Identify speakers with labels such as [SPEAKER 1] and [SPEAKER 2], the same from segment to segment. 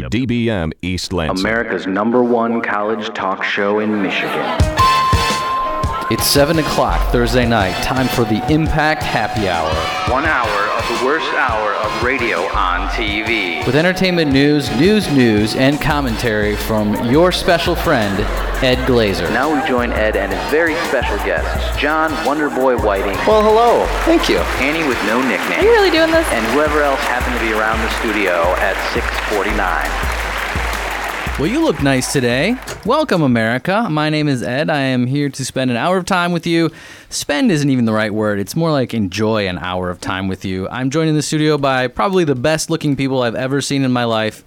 [SPEAKER 1] WDBM East Lansing.
[SPEAKER 2] America's number one college talk show in Michigan.
[SPEAKER 3] It's 7 o'clock Thursday night, time for the Impact Happy Hour.
[SPEAKER 2] One hour of the worst hour of radio on TV.
[SPEAKER 3] With entertainment news, news, news, and commentary from your special friend, Ed Glazer.
[SPEAKER 2] Now we join Ed and his very special guests, John Wonderboy Whiting,
[SPEAKER 4] Well, hello. Thank you.
[SPEAKER 2] Annie with no
[SPEAKER 5] Are you
[SPEAKER 2] nickname,
[SPEAKER 5] really doing this?
[SPEAKER 2] and whoever else happened to be around the studio at 6:49.
[SPEAKER 3] Well, you look nice today. Welcome, America. My name is Ed. I am here to spend an hour of time with you. Spend isn't even the right word, it's more like enjoy an hour of time with you. I'm joined in the studio by probably the best looking people I've ever seen in my life.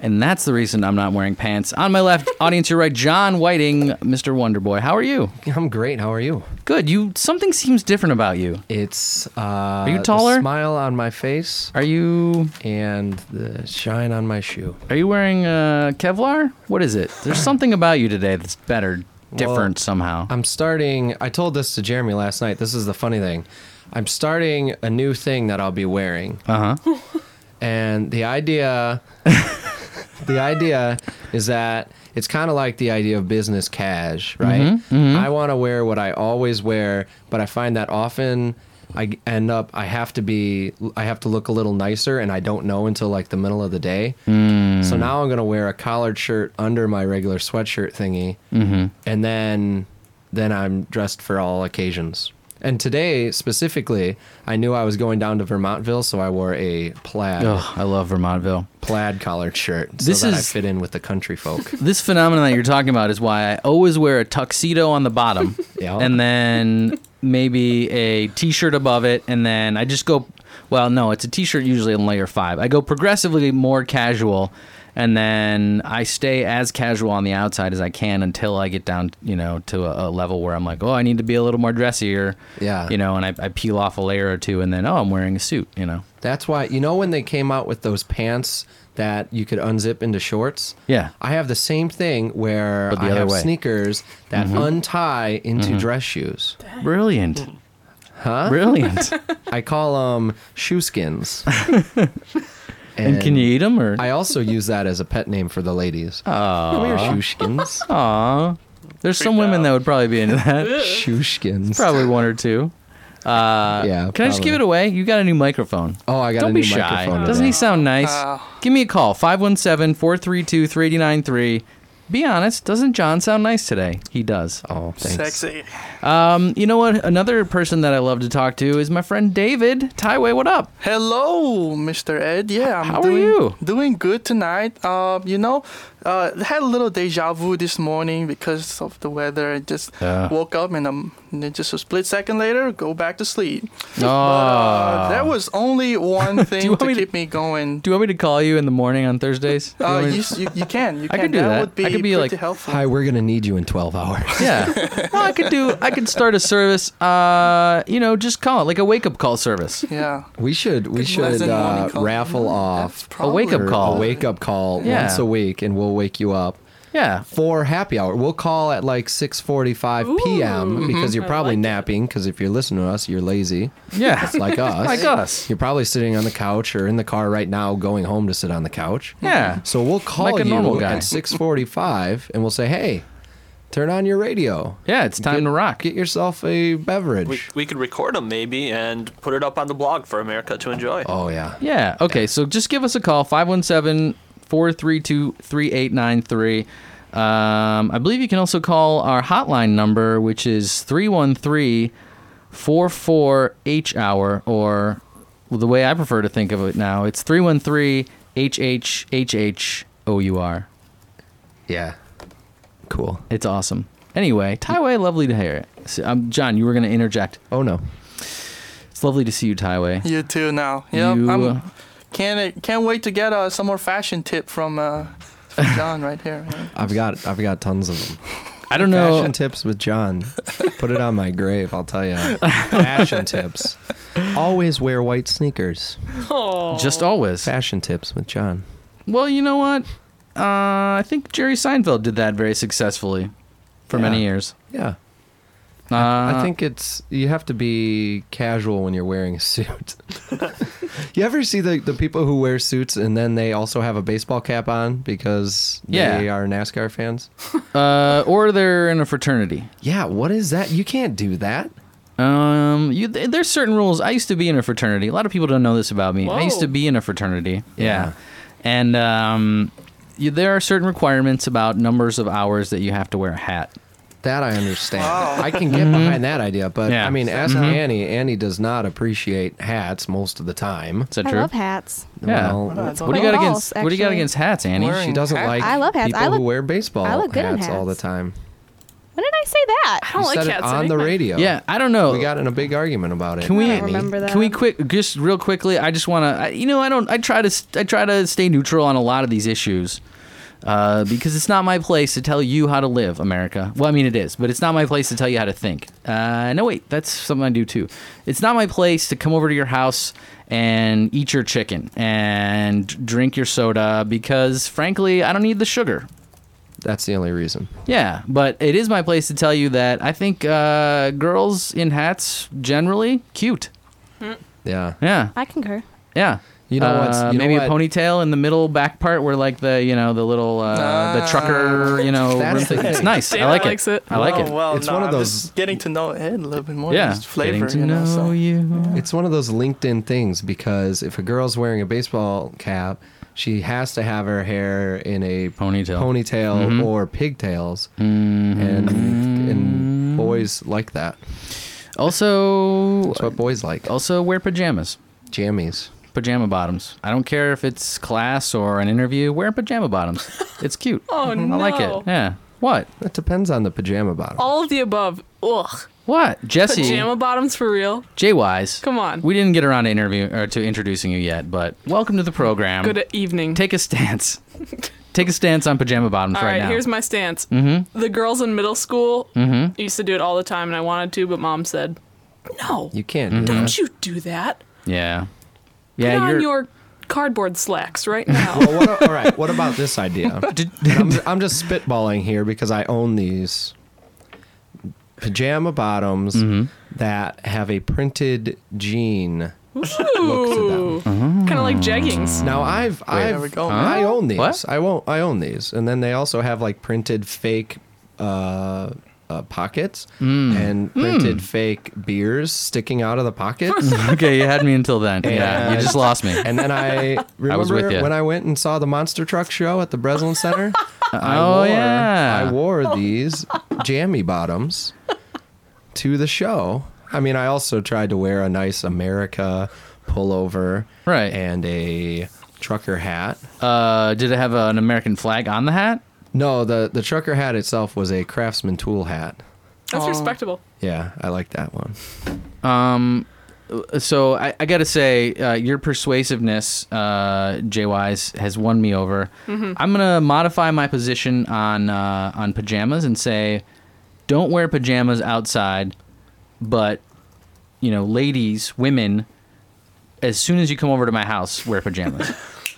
[SPEAKER 3] And that's the reason I'm not wearing pants. On my left, audience, your right, John Whiting, Mr. Wonderboy. How are you?
[SPEAKER 4] I'm great. How are you?
[SPEAKER 3] Good. You something seems different about you.
[SPEAKER 4] It's uh, are
[SPEAKER 3] you taller?
[SPEAKER 4] The smile on my face
[SPEAKER 3] Are you
[SPEAKER 4] and the shine on my shoe.
[SPEAKER 3] are you wearing uh, Kevlar? What is it? There's something about you today that's better, different somehow.
[SPEAKER 4] I'm starting. I told this to Jeremy last night. This is the funny thing. I'm starting a new thing that I'll be wearing.
[SPEAKER 3] Uh huh.
[SPEAKER 4] and the idea the idea is that it's kind of like the idea of business cash right i want to wear what i always wear but i find that often i g- end up i have to be i have to look a little nicer and i don't know until like the middle of the day so now i'm going to wear a collared shirt under my regular sweatshirt thingy and then then i'm dressed for all occasions and today specifically i knew i was going down to vermontville so i wore a plaid
[SPEAKER 3] Oh, I love Vermontville.
[SPEAKER 4] plaid collared shirt so
[SPEAKER 3] This
[SPEAKER 4] that I
[SPEAKER 3] is-
[SPEAKER 4] fit in with the country folk.
[SPEAKER 3] This phenomenon that you're talking about is why I always wear a tuxedo on the bottom,
[SPEAKER 4] Yeah.
[SPEAKER 3] and then maybe a t-shirt above it, and then I just go. Well, no, it's a t-shirt usually in layer five. I go progressively more casual, and then I stay as casual on the outside as I can until I get down, you know, to a, a level where I'm like, oh, I need to be a little more dressier.
[SPEAKER 4] Yeah.
[SPEAKER 3] You know, and I, I peel off a layer or two, and then oh, I'm wearing a suit. You know.
[SPEAKER 4] That's why you know when they came out with those pants that you could unzip into shorts.
[SPEAKER 3] Yeah.
[SPEAKER 4] I have the same thing where
[SPEAKER 3] But the
[SPEAKER 4] I
[SPEAKER 3] other
[SPEAKER 4] have
[SPEAKER 3] way. Mm-hmm.
[SPEAKER 4] sneakers that untie into dress shoes.
[SPEAKER 3] Brilliant.
[SPEAKER 4] Huh?
[SPEAKER 3] Brilliant.
[SPEAKER 4] I call them shoe skins.
[SPEAKER 3] and can you eat them or?
[SPEAKER 4] I also use that as a pet name for the ladies. Oh, we shoe skins.
[SPEAKER 3] Aw. There's some women that would probably be into that.
[SPEAKER 4] shoe skins.
[SPEAKER 3] probably one or two. Uh,
[SPEAKER 4] Yeah,
[SPEAKER 3] Can I just give
[SPEAKER 4] probably.
[SPEAKER 3] it away? You got a new microphone.
[SPEAKER 4] Oh, I got
[SPEAKER 3] Don't
[SPEAKER 4] a
[SPEAKER 3] be
[SPEAKER 4] new
[SPEAKER 3] shy.
[SPEAKER 4] microphone.
[SPEAKER 3] Doesn't
[SPEAKER 4] today.
[SPEAKER 3] he sound nice? Give me a call 517 432 3893. Be honest, doesn't John sound nice today? He does.
[SPEAKER 4] Oh, thanks.
[SPEAKER 6] Sexy.
[SPEAKER 3] Um, you know what? Another person that I love to talk to is my friend David. Tyway, what up?
[SPEAKER 6] Hello, Mr. Ed. Yeah, I'm
[SPEAKER 3] How are
[SPEAKER 6] doing,
[SPEAKER 3] you?
[SPEAKER 6] Doing good tonight. Uh, you know, uh, had a little deja vu this morning because of the weather. I just
[SPEAKER 3] Yeah.
[SPEAKER 6] woke up and um, and then just a split second later, go back to sleep.
[SPEAKER 3] Aw.
[SPEAKER 6] Uh, there was only one
[SPEAKER 3] Ah. you
[SPEAKER 6] thing
[SPEAKER 3] want
[SPEAKER 6] to
[SPEAKER 3] me to-
[SPEAKER 6] keep me going.
[SPEAKER 3] Do you want me to call you in the morning on Thursdays? Do you
[SPEAKER 6] Uh,
[SPEAKER 3] want me
[SPEAKER 6] you,
[SPEAKER 3] to-
[SPEAKER 6] s- you, you can. You
[SPEAKER 3] I
[SPEAKER 6] can.
[SPEAKER 3] could do that.
[SPEAKER 6] would be,
[SPEAKER 3] I could be,
[SPEAKER 6] pretty
[SPEAKER 3] like,
[SPEAKER 6] helpful.
[SPEAKER 4] Hi, we're gonna need you in 12 hours.
[SPEAKER 3] Yeah. Well, I could do. I could start a service. Uh, you know, just call it like a wake up call service.
[SPEAKER 6] Yeah.
[SPEAKER 4] We should we should
[SPEAKER 6] As in morning
[SPEAKER 4] uh,
[SPEAKER 6] call.
[SPEAKER 4] raffle
[SPEAKER 6] That's
[SPEAKER 4] off
[SPEAKER 6] probably
[SPEAKER 3] wake-up
[SPEAKER 4] or
[SPEAKER 3] call.
[SPEAKER 4] a wake up call
[SPEAKER 3] Yeah.
[SPEAKER 4] once a week, and we'll wake you up
[SPEAKER 3] Yeah.
[SPEAKER 4] for happy hour. We'll call at like 6:45 p.m.
[SPEAKER 3] Mm-hmm.
[SPEAKER 4] because you're probably napping. Because if you're listening to us, you're lazy.
[SPEAKER 3] Yeah.
[SPEAKER 4] Like us,
[SPEAKER 3] Like us.
[SPEAKER 4] you're probably sitting on the couch or in the car right now, going home to sit on the couch.
[SPEAKER 3] Yeah.
[SPEAKER 4] So we'll call
[SPEAKER 3] Like a normal
[SPEAKER 4] you
[SPEAKER 3] guy.
[SPEAKER 4] at 6:45, and we'll say, "Hey, turn on your radio.
[SPEAKER 3] Yeah, it's time to rock.
[SPEAKER 4] Get yourself a beverage."
[SPEAKER 7] We, we could record them maybe and put it up on the blog for America to enjoy.
[SPEAKER 4] oh yeah.
[SPEAKER 3] Yeah. Okay. So just give us a call 517 432 3893. Um, I believe you can also call our hotline number, which is 313 44 H hour, or the way I prefer to think of it now, it's 313 HHHHOUR.
[SPEAKER 4] Yeah. Cool.
[SPEAKER 3] It's awesome. Anyway, Tyway, lovely to hear it. So, um, John, you were going to interject.
[SPEAKER 4] Oh no.
[SPEAKER 3] It's lovely to see you, Tyway.
[SPEAKER 6] You too now. Yep.
[SPEAKER 3] You, uh,
[SPEAKER 6] I'm, can't can't wait to get uh, some more fashion tip from uh, from John right here.
[SPEAKER 4] I've got I've got tons of them.
[SPEAKER 3] I don't know.
[SPEAKER 4] Fashion tips with John. Put it on my grave, I'll tell you. Fashion tips. Always wear white sneakers.
[SPEAKER 3] Just always.
[SPEAKER 4] Fashion tips with John.
[SPEAKER 3] Well, you know what? Uh, I think Jerry Seinfeld did that very successfully for many
[SPEAKER 4] Yeah.
[SPEAKER 3] years.
[SPEAKER 4] Yeah.
[SPEAKER 3] Uh,
[SPEAKER 4] I think it's you have to be casual when you're wearing a suit. You ever see the, the people who wear suits and then they also have a baseball cap on because they
[SPEAKER 3] Yeah.
[SPEAKER 4] are NASCAR fans?
[SPEAKER 3] Uh, or they're in a fraternity.
[SPEAKER 4] Yeah, what is that? You can't do that.
[SPEAKER 3] Um, you, th- there's certain rules. I used to be in a fraternity. A lot of people don't know this about me. I used to
[SPEAKER 6] Whoa.
[SPEAKER 3] be in a fraternity. Yeah.
[SPEAKER 4] Yeah.
[SPEAKER 3] And um, you, there are certain requirements about numbers of hours that you have to wear a hat.
[SPEAKER 4] That I understand.
[SPEAKER 6] Wow.
[SPEAKER 4] I can get behind that idea, but
[SPEAKER 3] Mm-hmm. Yeah. Mm-hmm.
[SPEAKER 4] I mean, ask Annie. Annie does not appreciate hats most of the time.
[SPEAKER 3] Is that
[SPEAKER 1] I
[SPEAKER 3] true?
[SPEAKER 1] love hats.
[SPEAKER 3] Yeah.
[SPEAKER 4] Well,
[SPEAKER 6] What about-
[SPEAKER 3] What do you got
[SPEAKER 1] Balls,
[SPEAKER 3] against What do you got
[SPEAKER 1] actually.
[SPEAKER 3] against hats, Annie?
[SPEAKER 6] Wearing-
[SPEAKER 4] she doesn't
[SPEAKER 6] Hats?
[SPEAKER 4] like
[SPEAKER 1] I love hats.
[SPEAKER 4] people
[SPEAKER 1] I look-
[SPEAKER 4] who wear baseball
[SPEAKER 1] I look good in
[SPEAKER 4] hats, all the
[SPEAKER 1] hats.
[SPEAKER 4] time.
[SPEAKER 1] When did I say that? Oh,
[SPEAKER 4] You
[SPEAKER 5] don't like
[SPEAKER 4] said it
[SPEAKER 5] cats
[SPEAKER 4] on the
[SPEAKER 5] anyway.
[SPEAKER 4] radio.
[SPEAKER 3] Yeah, I don't know.
[SPEAKER 4] we got in a big argument about it.
[SPEAKER 3] Can we- I don't
[SPEAKER 1] remember that.
[SPEAKER 3] Can we quick, just real quickly? I just want to, you know, I don't, I try to, st- I try to stay neutral on a lot of these issues, uh, because it's not my place to tell you how to live, America. Well, I mean it is, but it's not my place to tell you how to think. Uh, no, wait, that's something I do too. It's not my place to come over to your house and eat your chicken and drink your soda because, frankly, I don't need the sugar.
[SPEAKER 4] That's the only reason.
[SPEAKER 3] Yeah, but it is my place to tell you that I think uh, girls in hats generally cute.
[SPEAKER 4] Yeah.
[SPEAKER 3] Yeah.
[SPEAKER 1] I concur.
[SPEAKER 3] Yeah.
[SPEAKER 4] You know what's-
[SPEAKER 3] Uh,
[SPEAKER 4] you know
[SPEAKER 3] maybe a
[SPEAKER 4] what-
[SPEAKER 3] ponytail in the middle back part where like the you know the little uh, the trucker you know
[SPEAKER 4] That's
[SPEAKER 3] rim
[SPEAKER 4] the
[SPEAKER 3] thing. it's
[SPEAKER 4] thing.
[SPEAKER 3] nice. I
[SPEAKER 5] Ah, Dana
[SPEAKER 3] like
[SPEAKER 5] likes it.
[SPEAKER 3] I like
[SPEAKER 6] oh,
[SPEAKER 3] it.
[SPEAKER 6] Well,
[SPEAKER 4] It's
[SPEAKER 6] no,
[SPEAKER 4] one of
[SPEAKER 6] I'm
[SPEAKER 4] those-
[SPEAKER 6] just getting to know Ed a little bit more.
[SPEAKER 3] yeah,
[SPEAKER 6] just flavor,
[SPEAKER 3] getting to
[SPEAKER 6] you know. so.
[SPEAKER 3] you.
[SPEAKER 4] It's one of those LinkedIn things because if a girl's wearing a baseball cap, she has to have her hair in a
[SPEAKER 3] Ponytail. Mm-hmm.
[SPEAKER 4] ponytail or pigtails, and and boys like that.
[SPEAKER 3] Also,
[SPEAKER 4] That's what boys like.
[SPEAKER 3] also wear pajamas,
[SPEAKER 4] Jammies.
[SPEAKER 3] pajama bottoms. I don't care if it's class or an interview. Wear pajama bottoms. It's cute.
[SPEAKER 5] Oh,
[SPEAKER 3] I like
[SPEAKER 5] no.
[SPEAKER 3] it. Yeah. What?
[SPEAKER 4] That depends on the pajama bottom.
[SPEAKER 5] All of the above. Ugh.
[SPEAKER 3] What? Jesse.
[SPEAKER 5] Pajama bottoms for real.
[SPEAKER 3] Jay Wise.
[SPEAKER 5] Come on.
[SPEAKER 3] We didn't get around to interview or to introducing you yet, but welcome to the program.
[SPEAKER 5] Good evening.
[SPEAKER 3] Mm. Take a stance. Take a stance on pajama bottoms
[SPEAKER 5] all
[SPEAKER 3] right,
[SPEAKER 5] right,
[SPEAKER 3] now.
[SPEAKER 5] here's my stance. Mm-hmm. The girls in middle school
[SPEAKER 3] Mm-hmm.
[SPEAKER 5] used to do it all the time, and I wanted to, but mom said, "No,
[SPEAKER 4] You can't. Do
[SPEAKER 5] don't
[SPEAKER 4] that.
[SPEAKER 5] you do that.
[SPEAKER 3] Yeah.
[SPEAKER 5] Put
[SPEAKER 3] Yeah,
[SPEAKER 5] on
[SPEAKER 3] you're. Oh
[SPEAKER 5] your cardboard slacks right now."
[SPEAKER 4] Well, what, all right. What about this idea?
[SPEAKER 3] Did-
[SPEAKER 4] I'm, I'm just spitballing here because I own these pajama bottoms that have a printed jean look to them.
[SPEAKER 5] Ooh, kind of like jeggings.
[SPEAKER 4] Now I've I've
[SPEAKER 6] There we go.
[SPEAKER 4] I own these.
[SPEAKER 3] What?
[SPEAKER 4] I won't. I own these, and then they also have like printed fake uh, uh, pockets and printed fake beers sticking out of the pockets.
[SPEAKER 3] okay, you had me until then. Yeah, you
[SPEAKER 4] And-
[SPEAKER 3] just lost me.
[SPEAKER 4] and then I remember
[SPEAKER 3] was with ya.
[SPEAKER 4] when I went and saw the monster truck show at the Breslin Center. I
[SPEAKER 3] Oh,
[SPEAKER 4] wore,
[SPEAKER 3] yeah.
[SPEAKER 4] I wore these jammy bottoms to the show. I mean, I also tried to wear a nice America pullover,
[SPEAKER 3] Right.
[SPEAKER 4] and a trucker hat.
[SPEAKER 3] Uh, did it have an American flag on the hat?
[SPEAKER 4] No, the the trucker hat itself was a craftsman tool hat.
[SPEAKER 5] That's respectable.
[SPEAKER 4] Yeah, I like that one.
[SPEAKER 3] Um, So I, I got to say, uh, your persuasiveness, uh, Jay Wise, has won me over. I'm gonna modify my position on uh, on pajamas and say, don't wear pajamas outside, but you know, ladies, women, as soon as you come over to my house, wear pajamas.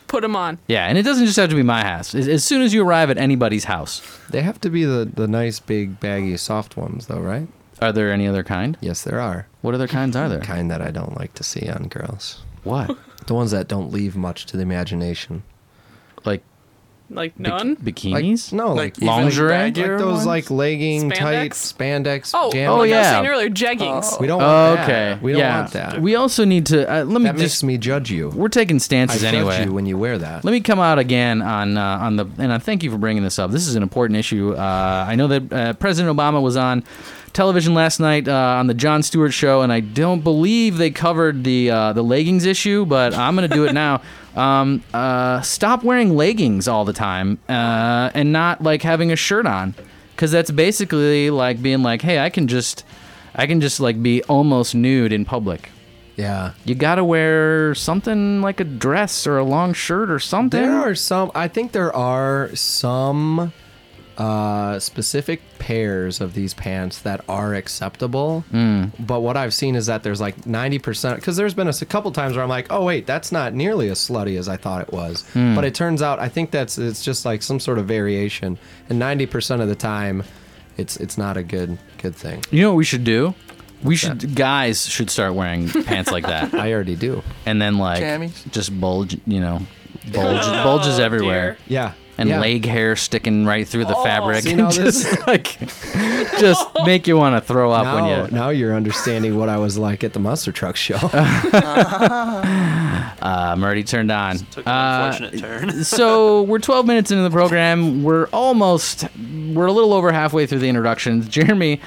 [SPEAKER 5] Put them on.
[SPEAKER 3] yeah, and it doesn't just have to be my house. As, as soon as you arrive at anybody's house,
[SPEAKER 4] They have to be the the nice big baggy soft ones though, right?
[SPEAKER 3] are there any other kind?
[SPEAKER 4] Yes, there are
[SPEAKER 3] What other kinds are there?
[SPEAKER 4] kind that I don't like to see on girls.
[SPEAKER 3] What?
[SPEAKER 4] The ones that don't leave much to the imagination.
[SPEAKER 3] Like
[SPEAKER 5] Like
[SPEAKER 3] bi-
[SPEAKER 5] none.
[SPEAKER 4] Like
[SPEAKER 3] bikinis?
[SPEAKER 4] no,
[SPEAKER 6] Like
[SPEAKER 4] like,
[SPEAKER 6] even
[SPEAKER 3] lingerie?
[SPEAKER 4] like
[SPEAKER 6] baggier
[SPEAKER 4] those
[SPEAKER 6] ones?
[SPEAKER 4] like legging tight spandex.
[SPEAKER 5] Oh,
[SPEAKER 4] jammies.
[SPEAKER 5] oh, like I was
[SPEAKER 3] yeah. Oh,
[SPEAKER 5] saying earlier, jeggings.
[SPEAKER 4] We don't want
[SPEAKER 3] Okay.
[SPEAKER 4] that. We don't
[SPEAKER 3] yeah.
[SPEAKER 4] want that.
[SPEAKER 3] We also need to. Uh, let me
[SPEAKER 4] that makes
[SPEAKER 3] just.
[SPEAKER 4] me judge you.
[SPEAKER 3] We're taking
[SPEAKER 4] I
[SPEAKER 3] stances
[SPEAKER 4] judge
[SPEAKER 3] anyway.
[SPEAKER 4] you when you wear that.
[SPEAKER 3] Let me come out again on uh, on the and I thank you for bringing this up. This is an important issue. Uh, I know that uh, President Obama was on television last night uh, on the John Stewart show, and I don't believe they covered the uh, the leggings issue, but I'm going to do it now. Um, uh, stop wearing leggings all the time uh, and not like having a shirt on, because that's basically like being like, hey, I can just I can just like be almost nude in public.
[SPEAKER 4] yeah.
[SPEAKER 3] You gotta wear something like a dress or a long shirt or something.
[SPEAKER 4] There are some. I think there are some uh, specific pairs of these pants that are acceptable.
[SPEAKER 3] Hmm.
[SPEAKER 4] But what I've seen is that there's like 90%. Because there's been a s- couple times where I'm like, oh, wait, that's not nearly as slutty as I thought it was.
[SPEAKER 3] Hmm.
[SPEAKER 4] But it turns out, I think that's it's just like some sort of variation. And 90% of the time, it's it's not a good good thing.
[SPEAKER 3] You know what we should do? We should guys should start wearing pants like that,
[SPEAKER 4] I already do.
[SPEAKER 3] and then like
[SPEAKER 6] Jammies.
[SPEAKER 3] just bulge, you know, bulge, bulges
[SPEAKER 5] Oh,
[SPEAKER 3] everywhere,
[SPEAKER 5] dear.
[SPEAKER 4] Yeah.
[SPEAKER 3] and
[SPEAKER 4] yeah.
[SPEAKER 3] leg hair sticking right through the
[SPEAKER 5] Oh.
[SPEAKER 3] fabric,
[SPEAKER 4] See,
[SPEAKER 3] and
[SPEAKER 4] now this-
[SPEAKER 3] just like just make you want to throw up when
[SPEAKER 4] Now,
[SPEAKER 3] you.
[SPEAKER 4] now you're understanding what I was like at the monster truck show.
[SPEAKER 3] Uh, I'm already turned on.
[SPEAKER 7] Took an
[SPEAKER 3] Uh,
[SPEAKER 7] unfortunate turn.
[SPEAKER 3] so we're 12 minutes into the program. We're almost, we're a little over halfway through the introductions. Jeremy,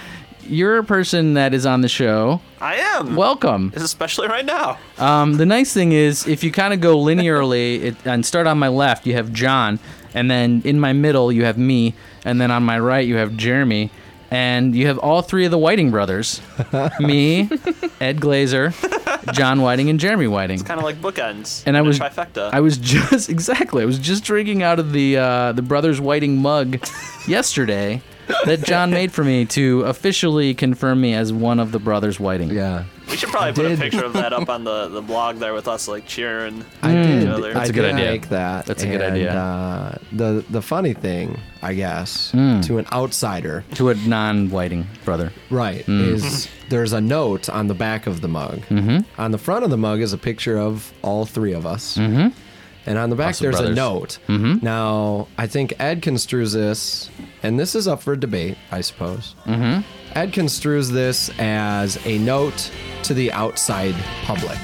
[SPEAKER 3] you're a person that is on the show.
[SPEAKER 7] I am.
[SPEAKER 3] Welcome.
[SPEAKER 7] especially right now.
[SPEAKER 3] Um, the nice thing is, if you kind of go linearly it, and start on my left, you have John, and then in my middle you have me, and then on my right you have Jeremy, and you have all three of the Whiting brothers: me, Ed Glazer, John Whiting, and Jeremy Whiting.
[SPEAKER 7] Kind of like bookends.
[SPEAKER 3] And I
[SPEAKER 7] a
[SPEAKER 3] was
[SPEAKER 7] trifecta.
[SPEAKER 3] I was just exactly. I was just drinking out of the uh, the brothers Whiting mug yesterday that John made for me to officially confirm me as one of the brothers Whiting.
[SPEAKER 4] yeah.
[SPEAKER 7] we should probably put
[SPEAKER 4] did.
[SPEAKER 7] a picture of that up on the, the blog there with us like cheering.
[SPEAKER 4] I did.
[SPEAKER 7] Another-
[SPEAKER 4] I
[SPEAKER 3] Hmm. That's a good
[SPEAKER 4] did
[SPEAKER 3] idea.
[SPEAKER 4] Make that.
[SPEAKER 3] That's a good
[SPEAKER 4] and,
[SPEAKER 3] idea.
[SPEAKER 4] Uh, the the funny thing, I guess,
[SPEAKER 3] Hmm.
[SPEAKER 4] to an outsider,
[SPEAKER 3] To a non-Whiting brother.
[SPEAKER 4] right,
[SPEAKER 3] Hmm.
[SPEAKER 4] is there's a note on the back of the mug.
[SPEAKER 3] Mm-hmm.
[SPEAKER 4] On the front of the mug is a picture of all three of us. Mm-hmm. And on the back,
[SPEAKER 3] Awesome
[SPEAKER 4] there's a
[SPEAKER 3] brothers. Mm-hmm.
[SPEAKER 4] note. Now, I think Ed construes this, and this is up for debate, I suppose. Mm-hmm. Ed construes this as a note to the outside public.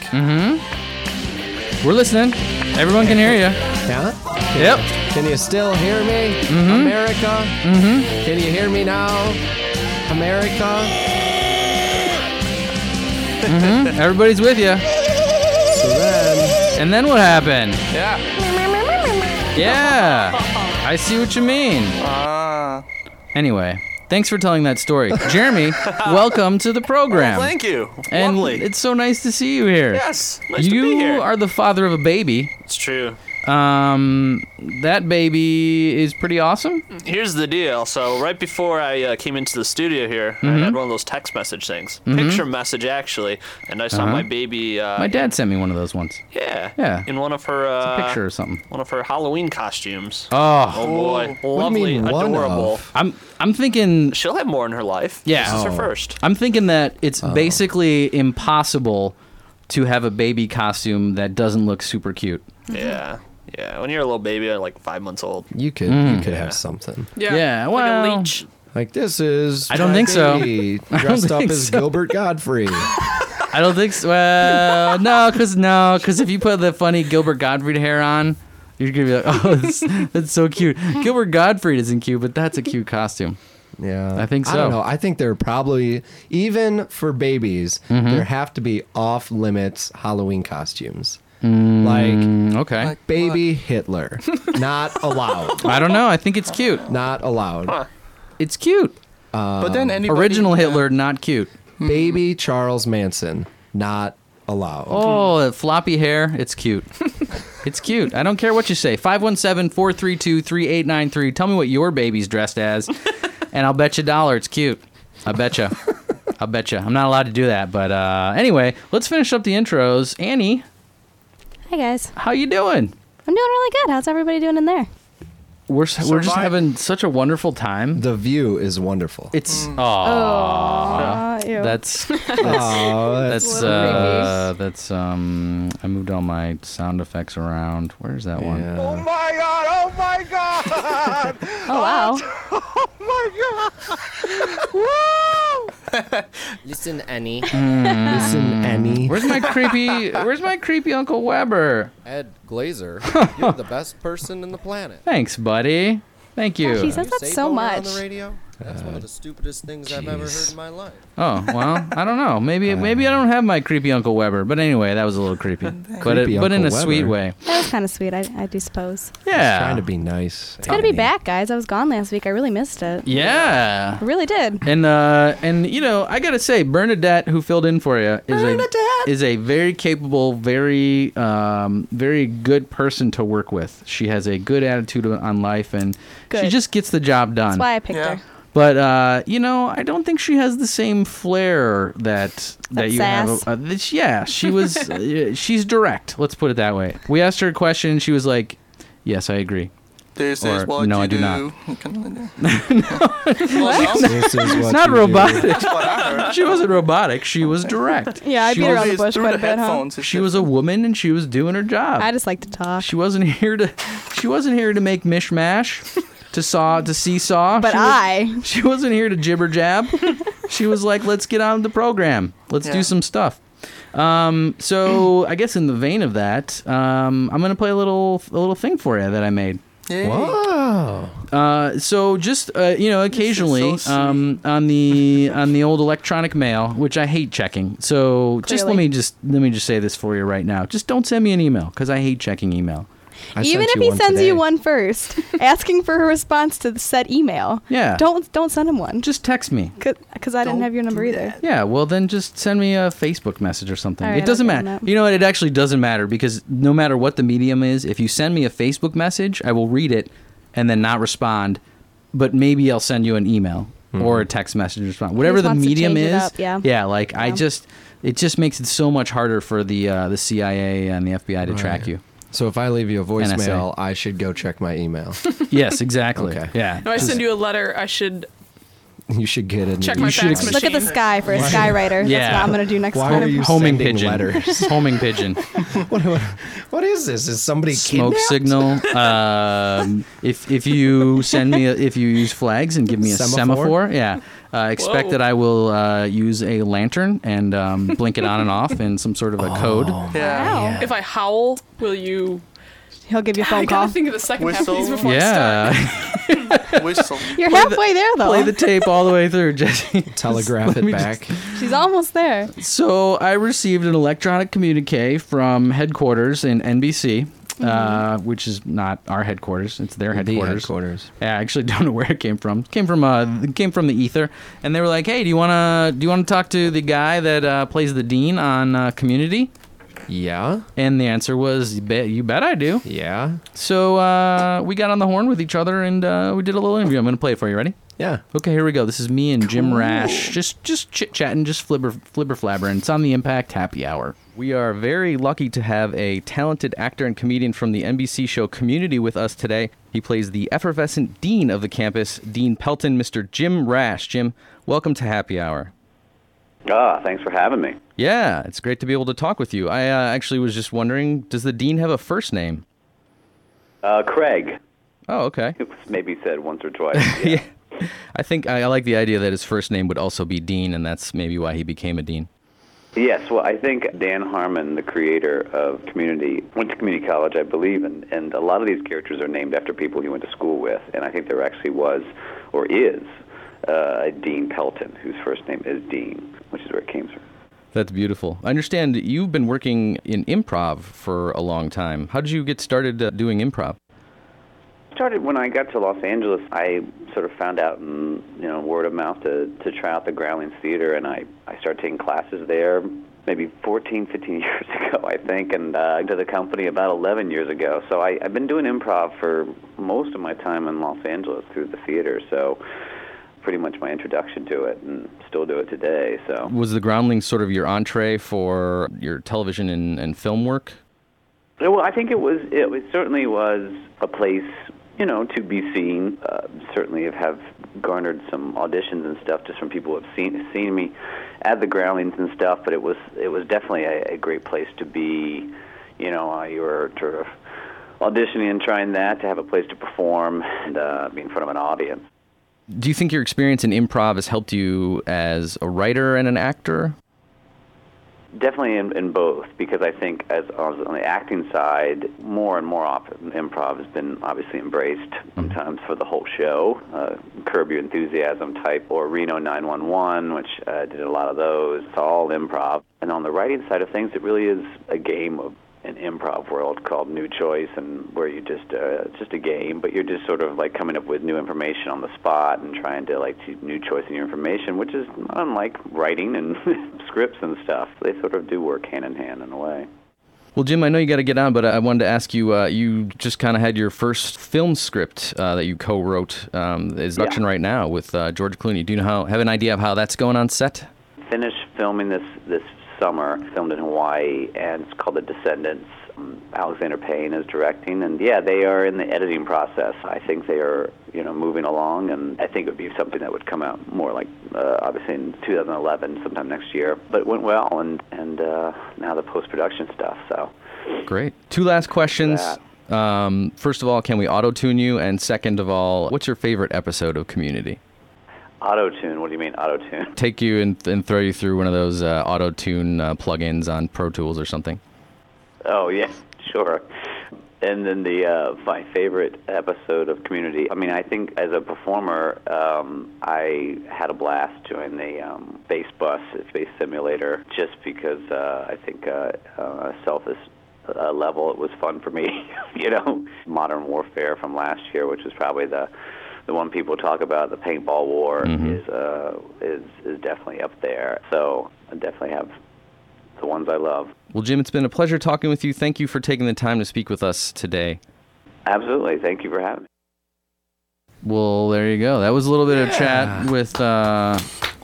[SPEAKER 3] We're listening. Everyone can hear you.
[SPEAKER 4] Yeah?
[SPEAKER 3] Yep.
[SPEAKER 4] Can you still hear me, America? Mm-hmm. Can you hear me now, America?
[SPEAKER 3] Everybody's with you.
[SPEAKER 4] So then,
[SPEAKER 3] And then what happened?
[SPEAKER 6] Yeah.
[SPEAKER 3] Yeah. I see what you mean.
[SPEAKER 6] Ah.
[SPEAKER 3] Anyway, thanks for telling that story. Jeremy, welcome to the program.
[SPEAKER 7] Thank you.
[SPEAKER 3] and
[SPEAKER 7] Lovely.
[SPEAKER 3] it's so nice to see you here.
[SPEAKER 7] yes. Nice
[SPEAKER 3] you
[SPEAKER 7] to be here.
[SPEAKER 3] are the father of a baby.
[SPEAKER 7] it's true.
[SPEAKER 3] Um, that baby is pretty awesome.
[SPEAKER 7] Here's the deal. So right before I uh, came into the studio here,
[SPEAKER 3] Mm-hmm.
[SPEAKER 7] I had one of those text message things, picture message actually, and I saw my baby. Uh,
[SPEAKER 3] Uh-huh. My dad sent me one of those once.
[SPEAKER 7] yeah.
[SPEAKER 3] Yeah.
[SPEAKER 7] In one of her. Uh,
[SPEAKER 3] Picture or something.
[SPEAKER 7] One of her Halloween costumes.
[SPEAKER 3] Oh,
[SPEAKER 7] Oh boy,
[SPEAKER 4] do you
[SPEAKER 7] lovely,
[SPEAKER 4] mean one
[SPEAKER 7] adorable.
[SPEAKER 4] of?
[SPEAKER 3] I'm I'm thinking
[SPEAKER 7] She'll have more in her life.
[SPEAKER 3] Yeah.
[SPEAKER 7] this is her
[SPEAKER 4] Oh.
[SPEAKER 7] first.
[SPEAKER 3] I'm thinking that it's basically impossible to have a baby costume that doesn't look super cute.
[SPEAKER 7] Yeah, yeah. When you're a little baby, like five months old.
[SPEAKER 4] you could
[SPEAKER 3] Mm.
[SPEAKER 4] you could have something
[SPEAKER 5] Yeah.
[SPEAKER 3] Yeah,
[SPEAKER 5] like
[SPEAKER 3] well-
[SPEAKER 5] a leech.
[SPEAKER 4] like this is.
[SPEAKER 3] I don't
[SPEAKER 4] my
[SPEAKER 3] think so.
[SPEAKER 4] baby,
[SPEAKER 3] I don't
[SPEAKER 4] Dressed up
[SPEAKER 3] think
[SPEAKER 4] as
[SPEAKER 3] so.
[SPEAKER 4] Gilbert Godfrey.
[SPEAKER 3] I don't think so. Well, no, because no, 'cause if you put the funny Gilbert Gottfried hair on, you're gonna be like, oh, that's, that's so cute. Gilbert Gottfried isn't cute, but that's a cute costume.
[SPEAKER 4] Yeah,
[SPEAKER 3] I think
[SPEAKER 4] I don't
[SPEAKER 3] so.
[SPEAKER 4] know. I think there are probably even for babies,
[SPEAKER 3] Mm-hmm.
[SPEAKER 4] there have to be off limits Halloween costumes. Like
[SPEAKER 3] Mm, Okay.
[SPEAKER 4] baby Hitler, not allowed.
[SPEAKER 3] I don't know. I think it's cute.
[SPEAKER 4] Not allowed.
[SPEAKER 3] It's cute.
[SPEAKER 6] but then anybody.
[SPEAKER 3] Original Hitler, not cute.
[SPEAKER 4] Baby Charles Manson, not allowed.
[SPEAKER 3] Oh, that floppy hair. It's cute. it's cute. I don't care what you say. 517 432 3893. Tell me what your baby's dressed as, and I'll bet you a dollar it's cute. I bet you. I bet you. I'm not allowed to do that. But uh, anyway, let's finish up the intros. Annie,
[SPEAKER 1] Hi guys.
[SPEAKER 3] how you doing?
[SPEAKER 1] I'm doing really good. How's everybody doing in there?
[SPEAKER 3] We're, s we're just
[SPEAKER 6] Survive-
[SPEAKER 3] having such a wonderful time.
[SPEAKER 4] The view is wonderful.
[SPEAKER 3] It's. Aw.
[SPEAKER 1] Uh, ew.
[SPEAKER 3] That's
[SPEAKER 4] Oh, that's
[SPEAKER 3] That's
[SPEAKER 1] Little
[SPEAKER 3] uh, that's um. I moved all my sound effects around. Where's that one?
[SPEAKER 4] yeah.
[SPEAKER 2] my god, oh my god!
[SPEAKER 1] oh wow.
[SPEAKER 8] Listen, Annie.
[SPEAKER 4] Mm. Listen, Annie.
[SPEAKER 3] Where's my creepy? Where's my creepy Uncle Weber?
[SPEAKER 8] Ed Glazer, you're the best person in the planet.
[SPEAKER 3] Thanks, buddy. Thank
[SPEAKER 1] Gosh, he
[SPEAKER 3] you.
[SPEAKER 1] says
[SPEAKER 8] You
[SPEAKER 1] that
[SPEAKER 8] say
[SPEAKER 1] so
[SPEAKER 8] boner
[SPEAKER 1] much.
[SPEAKER 8] On the radio? That's one of the stupidest things I've ever heard
[SPEAKER 3] Uh, jeez.
[SPEAKER 8] in my life.
[SPEAKER 3] Oh well, I don't know. Maybe maybe I don't have my creepy Uncle Weber. But anyway, that was a little creepy. But it,
[SPEAKER 4] Creepy
[SPEAKER 3] but in a
[SPEAKER 4] Uncle
[SPEAKER 3] sweet
[SPEAKER 4] Weber.
[SPEAKER 3] way.
[SPEAKER 1] That was kind of sweet, I, I do suppose.
[SPEAKER 3] Yeah.
[SPEAKER 4] Trying to be nice. It's
[SPEAKER 1] Good to be back, guys. I was gone last week. I really missed it.
[SPEAKER 3] Yeah.
[SPEAKER 1] I really did.
[SPEAKER 3] And uh, and you know, I gotta say, Bernadette, who filled in for you, is a is a very capable, very um, very good person to work with. She has a good attitude on life, and she
[SPEAKER 1] Good.
[SPEAKER 3] just gets the job done.
[SPEAKER 1] That's why I picked
[SPEAKER 6] Yeah.
[SPEAKER 1] her.
[SPEAKER 3] But uh, you know, I don't think she has the same flair that that
[SPEAKER 1] That
[SPEAKER 3] you
[SPEAKER 1] sass.
[SPEAKER 3] have. Uh, this- yeah, she was. uh, she's direct. Let's put it that way. We asked her a question. She was like, "Yes, I agree."
[SPEAKER 6] This
[SPEAKER 3] Or,
[SPEAKER 6] is what
[SPEAKER 3] no,
[SPEAKER 6] you
[SPEAKER 3] I do
[SPEAKER 6] do.
[SPEAKER 3] not.
[SPEAKER 6] You can-
[SPEAKER 4] This is
[SPEAKER 3] It's
[SPEAKER 4] what
[SPEAKER 3] not
[SPEAKER 4] you do.
[SPEAKER 3] robotic.
[SPEAKER 6] That's what I heard.
[SPEAKER 3] she wasn't robotic. She was direct.
[SPEAKER 1] Yeah, I
[SPEAKER 3] she
[SPEAKER 1] beat
[SPEAKER 3] was,
[SPEAKER 1] around the
[SPEAKER 6] It's
[SPEAKER 1] bush
[SPEAKER 6] through
[SPEAKER 1] quite a
[SPEAKER 6] the
[SPEAKER 1] bit, huh?
[SPEAKER 6] headphones. It's
[SPEAKER 3] She
[SPEAKER 6] just-
[SPEAKER 3] was a woman and she was doing her job.
[SPEAKER 1] I just like to talk.
[SPEAKER 3] she wasn't here to. She wasn't here to make mishmash, to saw, to seesaw.
[SPEAKER 1] but
[SPEAKER 3] she was-
[SPEAKER 1] I.
[SPEAKER 3] She wasn't here to jibber jab. she was like, let's get on with the program. Let's
[SPEAKER 6] Yeah.
[SPEAKER 3] do some stuff. Um, so I guess in the vein of that, um, I'm gonna play a little a little thing for you that I made.
[SPEAKER 6] Yay.
[SPEAKER 4] Whoa.
[SPEAKER 3] Uh, so just uh, you know, occasionally
[SPEAKER 6] so
[SPEAKER 3] um, on the on the old electronic mail, which I hate checking. So just let
[SPEAKER 1] Clearly.
[SPEAKER 3] me just let me just say this for you right now. Just don't send me an email because I hate checking email.
[SPEAKER 4] I
[SPEAKER 1] Even
[SPEAKER 4] sent
[SPEAKER 1] if
[SPEAKER 4] you
[SPEAKER 1] he
[SPEAKER 4] one
[SPEAKER 1] sends
[SPEAKER 4] today.
[SPEAKER 1] you one first, asking for a response to the said email.
[SPEAKER 3] Yeah.
[SPEAKER 1] Don't don't send him one.
[SPEAKER 3] Just text me.
[SPEAKER 1] Because I didn't have your number either.
[SPEAKER 3] Yeah, well then just send me a Facebook message or something.
[SPEAKER 1] All right,
[SPEAKER 3] it doesn't
[SPEAKER 1] I'll do
[SPEAKER 3] matter.
[SPEAKER 1] that.
[SPEAKER 3] You know what? It actually doesn't matter because no matter what the medium is, if you send me a Facebook message, I will read it and then not respond. But maybe I'll send you an email
[SPEAKER 4] Hmm.
[SPEAKER 3] or a text message response. Whatever the
[SPEAKER 1] wants to
[SPEAKER 3] medium
[SPEAKER 1] change it
[SPEAKER 3] is.
[SPEAKER 1] up, yeah.
[SPEAKER 3] like I
[SPEAKER 1] Yeah.
[SPEAKER 3] just it just makes it so much harder for the uh, the CIA and the FBI to track you.
[SPEAKER 4] So if I leave you a
[SPEAKER 3] NSA.
[SPEAKER 4] voicemail, I should go check my email.
[SPEAKER 3] yes, exactly.
[SPEAKER 4] Okay.
[SPEAKER 3] Yeah.
[SPEAKER 5] If I send you a letter, I should
[SPEAKER 4] you should get it.
[SPEAKER 5] check my
[SPEAKER 3] Mm, should
[SPEAKER 5] fax
[SPEAKER 3] ex-
[SPEAKER 5] machine.
[SPEAKER 1] Look at the sky for a skywriter.
[SPEAKER 3] Yeah.
[SPEAKER 1] That's what I'm going to do next
[SPEAKER 4] Why
[SPEAKER 1] time.
[SPEAKER 4] are you
[SPEAKER 3] homing
[SPEAKER 4] sending
[SPEAKER 3] pigeon.
[SPEAKER 4] letters?
[SPEAKER 3] homing pigeon.
[SPEAKER 4] What is this? Is somebody
[SPEAKER 3] smoke
[SPEAKER 4] kidnapped?
[SPEAKER 3] signal. Um, if if you send me a, if you use flags and give me a semaphore,
[SPEAKER 4] Semaphore?
[SPEAKER 3] yeah, uh, expect
[SPEAKER 5] Whoa.
[SPEAKER 3] that I will uh, use a lantern and um, blink it on and off in some sort of a code.
[SPEAKER 6] Yeah.
[SPEAKER 1] Wow.
[SPEAKER 5] If I howl, will you?
[SPEAKER 1] He'll give you a
[SPEAKER 5] I
[SPEAKER 1] phone call.
[SPEAKER 5] gotta think of the second half of these
[SPEAKER 6] Whistle.
[SPEAKER 5] before I start.
[SPEAKER 3] Yeah,
[SPEAKER 6] Whistle.
[SPEAKER 1] You're halfway there, though.
[SPEAKER 3] play the tape all the way through, Jesse.
[SPEAKER 4] Telegraph
[SPEAKER 3] Let me
[SPEAKER 4] it
[SPEAKER 3] just-
[SPEAKER 4] back.
[SPEAKER 1] She's almost there.
[SPEAKER 3] So I received an electronic communique from headquarters in NBC, uh, which is not our headquarters; it's their
[SPEAKER 4] Mm-hmm. The
[SPEAKER 3] headquarters.
[SPEAKER 4] headquarters. Mm.
[SPEAKER 3] Yeah, I actually don't know where it came from. Came from uh, it came from the ether, and they were like, "Hey, do you wanna do you wanna talk to the guy that uh, plays the dean on uh, Community?"
[SPEAKER 4] Yeah.
[SPEAKER 3] And the answer was, "You bet, you bet I do."
[SPEAKER 4] Yeah.
[SPEAKER 3] So uh, we got on the horn with each other, and uh, we did a little interview. I'm gonna play it for you. Ready?
[SPEAKER 4] Yeah.
[SPEAKER 3] Okay, here we go. This is me and Jim Rash, just just chit chatting, just flibber flibber flabbering. It's on the Impact Happy Hour. We are very lucky to have a talented actor and comedian from the NBC show Community with us today. He plays the effervescent dean of the campus, Dean Pelton, Mr. Jim Rash. Jim, welcome to Happy Hour.
[SPEAKER 2] Ah, thanks for having me.
[SPEAKER 3] Yeah, it's great to be able to talk with you. I uh, actually was just wondering, does the dean have a first name?
[SPEAKER 2] Uh, Craig,
[SPEAKER 3] Oh, okay.
[SPEAKER 2] it was maybe said once or twice.
[SPEAKER 3] Yeah. I think I, I like the idea that his first name would also be Dean, and that's maybe why he became a dean.
[SPEAKER 2] Yes, well, I think Dan Harmon, the creator of Community, went to community college, I believe, and, and a lot of these characters are named after people he went to school with, and I think there actually was, or is, uh, a Dean Pelton, whose first name is Dean, which is where it came from.
[SPEAKER 3] That's beautiful. I understand that you've been working in improv for a long time. How did you get started uh, doing improv?
[SPEAKER 2] started when I got to Los Angeles. I sort of found out, in, you know, word of mouth to, to try out the Growlings Theater, and I, I started taking classes there maybe 14, 15 years ago, I think, and uh, to the company about 11 years ago. So I, I've been doing improv for most of my time in Los Angeles through the theater. So pretty much my introduction to it, and still do it today. So.
[SPEAKER 3] Was the Groundlings sort of your entree for your television and, and film work?
[SPEAKER 2] Yeah, Well, I think it was. It was, certainly was a place, you know, to be seen. Uh, certainly, have, have garnered some auditions and stuff just from people who have seen seen me at the Groundlings and stuff. But it was it was definitely a, a great place to be. You know, uh, you were sort of auditioning and trying that to have a place to perform and uh, be in front of an audience.
[SPEAKER 3] Do you think your experience in improv has helped you as a writer and an actor?
[SPEAKER 2] Definitely in, in both, because I think as on on the acting side, more and more often improv has been obviously embraced sometimes for the whole show, uh, Curb Your Enthusiasm type, or Reno 911, which uh, did a lot of those. It's all improv. And on the writing side of things, it really is a game of an improv world called New Choice, and where you just uh, it's just a game, but you're just sort of like coming up with new information on the spot and trying to like to new choice in your information, which is not unlike writing and scripts and stuff. They sort of do work hand in hand in a way.
[SPEAKER 3] Well, Jim, I know you got to get on, but I I wanted to ask you. Uh, you just kind of had your first film script uh, that you co-wrote. Um, is in production right now with uh, George Clooney. Do you know how? Have an idea of how that's going on set?
[SPEAKER 2] finished filming this this summer, filmed in Hawaii, and it's called The Descendants. um, Alexander Payne is directing, and yeah, they are in the editing process. I think they are, you know, moving along, and I think it would be something that would come out more like uh, obviously in 2011, sometime next year. But it went well, and and uh, now the post production stuff. So
[SPEAKER 3] Great. Two last questions. Um, first of all, can we auto tune you? And second of all, what's your favorite episode of Community?
[SPEAKER 2] auto tune. What do you mean auto tune?
[SPEAKER 3] Take you and, and throw you through one of those uh, auto tune uh, plugins on Pro Tools or something.
[SPEAKER 2] Oh yeah, sure. And then the uh, my favorite episode of Community. I mean, I think as a performer, um, I had a blast doing the um, bass bus bass simulator, just because uh, I think uh, uh, on a selfish uh, level, it was fun for me. you know, Modern Warfare from last year, which is probably the the one people talk about, the paintball war, is uh, is is definitely up there. So I definitely have the ones I love.
[SPEAKER 3] Well, Jim, it's been a pleasure talking with you. Thank you for taking the time to speak with us today.
[SPEAKER 2] Absolutely. Thank you for having me.
[SPEAKER 3] Well, there you go. That was a little bit of chat with. Uh,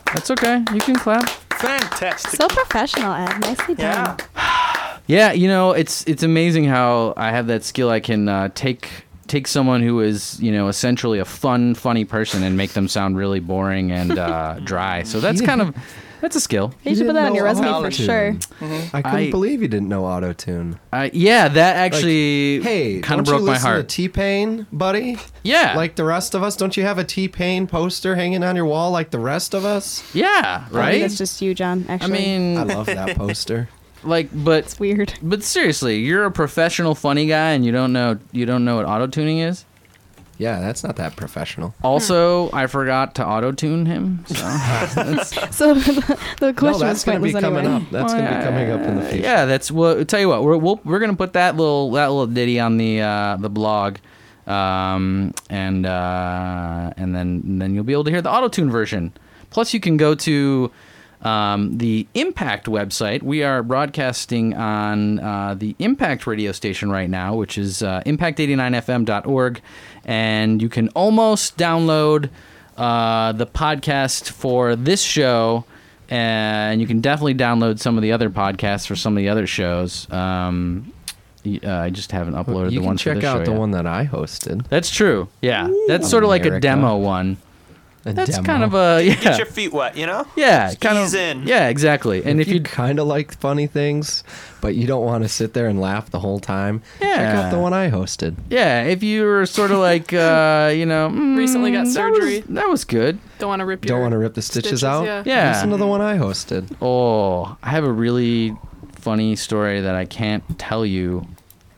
[SPEAKER 3] that's okay. You can clap.
[SPEAKER 6] Fantastic.
[SPEAKER 1] So professional, Ed. Nicely done.
[SPEAKER 6] yeah.
[SPEAKER 3] Yeah, you know, it's it's amazing how I have that skill. I can uh, take take someone who is you know essentially a fun, funny person and make them sound really boring and uh, dry. So that's kind of that's a skill.
[SPEAKER 1] You should put
[SPEAKER 4] didn't
[SPEAKER 1] that on
[SPEAKER 4] know
[SPEAKER 1] your resume for
[SPEAKER 4] auto-tune.
[SPEAKER 1] sure.
[SPEAKER 4] I couldn't
[SPEAKER 3] I-
[SPEAKER 4] believe you didn't know auto tune.
[SPEAKER 3] Uh, yeah, that actually
[SPEAKER 4] Hey,
[SPEAKER 3] kind of
[SPEAKER 4] don't
[SPEAKER 3] broke
[SPEAKER 4] you
[SPEAKER 3] my
[SPEAKER 4] listen
[SPEAKER 3] heart.
[SPEAKER 4] To T-Pain, buddy.
[SPEAKER 3] Yeah.
[SPEAKER 4] Like the rest of us, don't you have a T-Pain poster hanging on your wall like the rest of us?
[SPEAKER 3] yeah,
[SPEAKER 1] I think
[SPEAKER 3] right.
[SPEAKER 1] That's just you, John.
[SPEAKER 3] I
[SPEAKER 1] Actually,
[SPEAKER 4] I
[SPEAKER 3] mean,
[SPEAKER 4] love that poster.
[SPEAKER 3] like, but
[SPEAKER 1] it's weird.
[SPEAKER 3] but seriously, you're a professional funny guy, and you don't know you don't know what auto tuning is.
[SPEAKER 4] Yeah, that's not that professional.
[SPEAKER 3] Also, I forgot to auto tune him. So that's,
[SPEAKER 1] So the, the
[SPEAKER 4] No,
[SPEAKER 1] question
[SPEAKER 4] that's
[SPEAKER 1] was
[SPEAKER 4] going to be
[SPEAKER 1] pointless
[SPEAKER 4] coming
[SPEAKER 1] anyway.
[SPEAKER 4] up. That's going to be coming up in the future.
[SPEAKER 3] Yeah, that's well. Tell you what, we're we'll, we're gonna put that little that little ditty on the uh, the blog, um, and uh, and then and then you'll be able to hear the auto tune version. Plus, you can go to um, the Impact website. We are broadcasting on uh, the Impact radio station right now, which is uh, impact89fm.org, and you can almost download uh, the podcast for this show and you can definitely download some of the other podcasts for some of the other shows. Um, y- uh, I just haven't uploaded
[SPEAKER 4] You
[SPEAKER 3] the
[SPEAKER 4] can
[SPEAKER 3] one for
[SPEAKER 4] check
[SPEAKER 3] this
[SPEAKER 4] out
[SPEAKER 3] show
[SPEAKER 4] the
[SPEAKER 3] yet.
[SPEAKER 4] one that I hosted.
[SPEAKER 3] That's true. Yeah, that's sort of like a
[SPEAKER 4] America.
[SPEAKER 3] demo one.
[SPEAKER 4] A
[SPEAKER 3] That's
[SPEAKER 4] demo.
[SPEAKER 3] kind of a yeah,
[SPEAKER 7] Get your feet wet, you know?
[SPEAKER 3] yeah, kind of
[SPEAKER 7] skis in.
[SPEAKER 3] yeah, exactly. And if
[SPEAKER 4] If you
[SPEAKER 3] you
[SPEAKER 4] kind of like funny things, but you don't want to sit there and laugh the whole time, check
[SPEAKER 3] Yeah.
[SPEAKER 4] out the one I hosted.
[SPEAKER 3] yeah, if you were sort of like uh, you know mm,
[SPEAKER 5] Recently
[SPEAKER 3] that
[SPEAKER 5] got
[SPEAKER 3] was-
[SPEAKER 5] surgery.
[SPEAKER 3] that was, good.
[SPEAKER 5] Don't want to rip your
[SPEAKER 4] Don't want to rip the stitches, out?
[SPEAKER 5] Yeah.
[SPEAKER 3] Yeah.
[SPEAKER 4] Listen to the one I hosted.
[SPEAKER 3] Oh, I have a really funny story that I can't tell you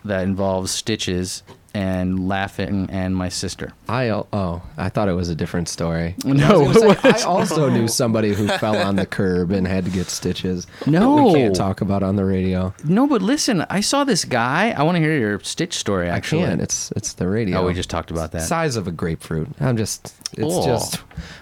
[SPEAKER 3] that involves stitches and laughing and my sister.
[SPEAKER 4] I al- oh, I thought it was a different story.
[SPEAKER 3] No,
[SPEAKER 4] I, was gonna say, I also knew somebody who fell on the curb and had to get stitches. that
[SPEAKER 3] No.
[SPEAKER 4] we can't talk about on the radio.
[SPEAKER 3] No, but listen, I saw this guy. I want to hear your Stitch story.
[SPEAKER 4] I
[SPEAKER 3] Actually,
[SPEAKER 4] can. It's it's the radio.
[SPEAKER 3] oh, we just talked about that.
[SPEAKER 4] size of a grapefruit. I'm just. It's
[SPEAKER 3] Oh.
[SPEAKER 4] just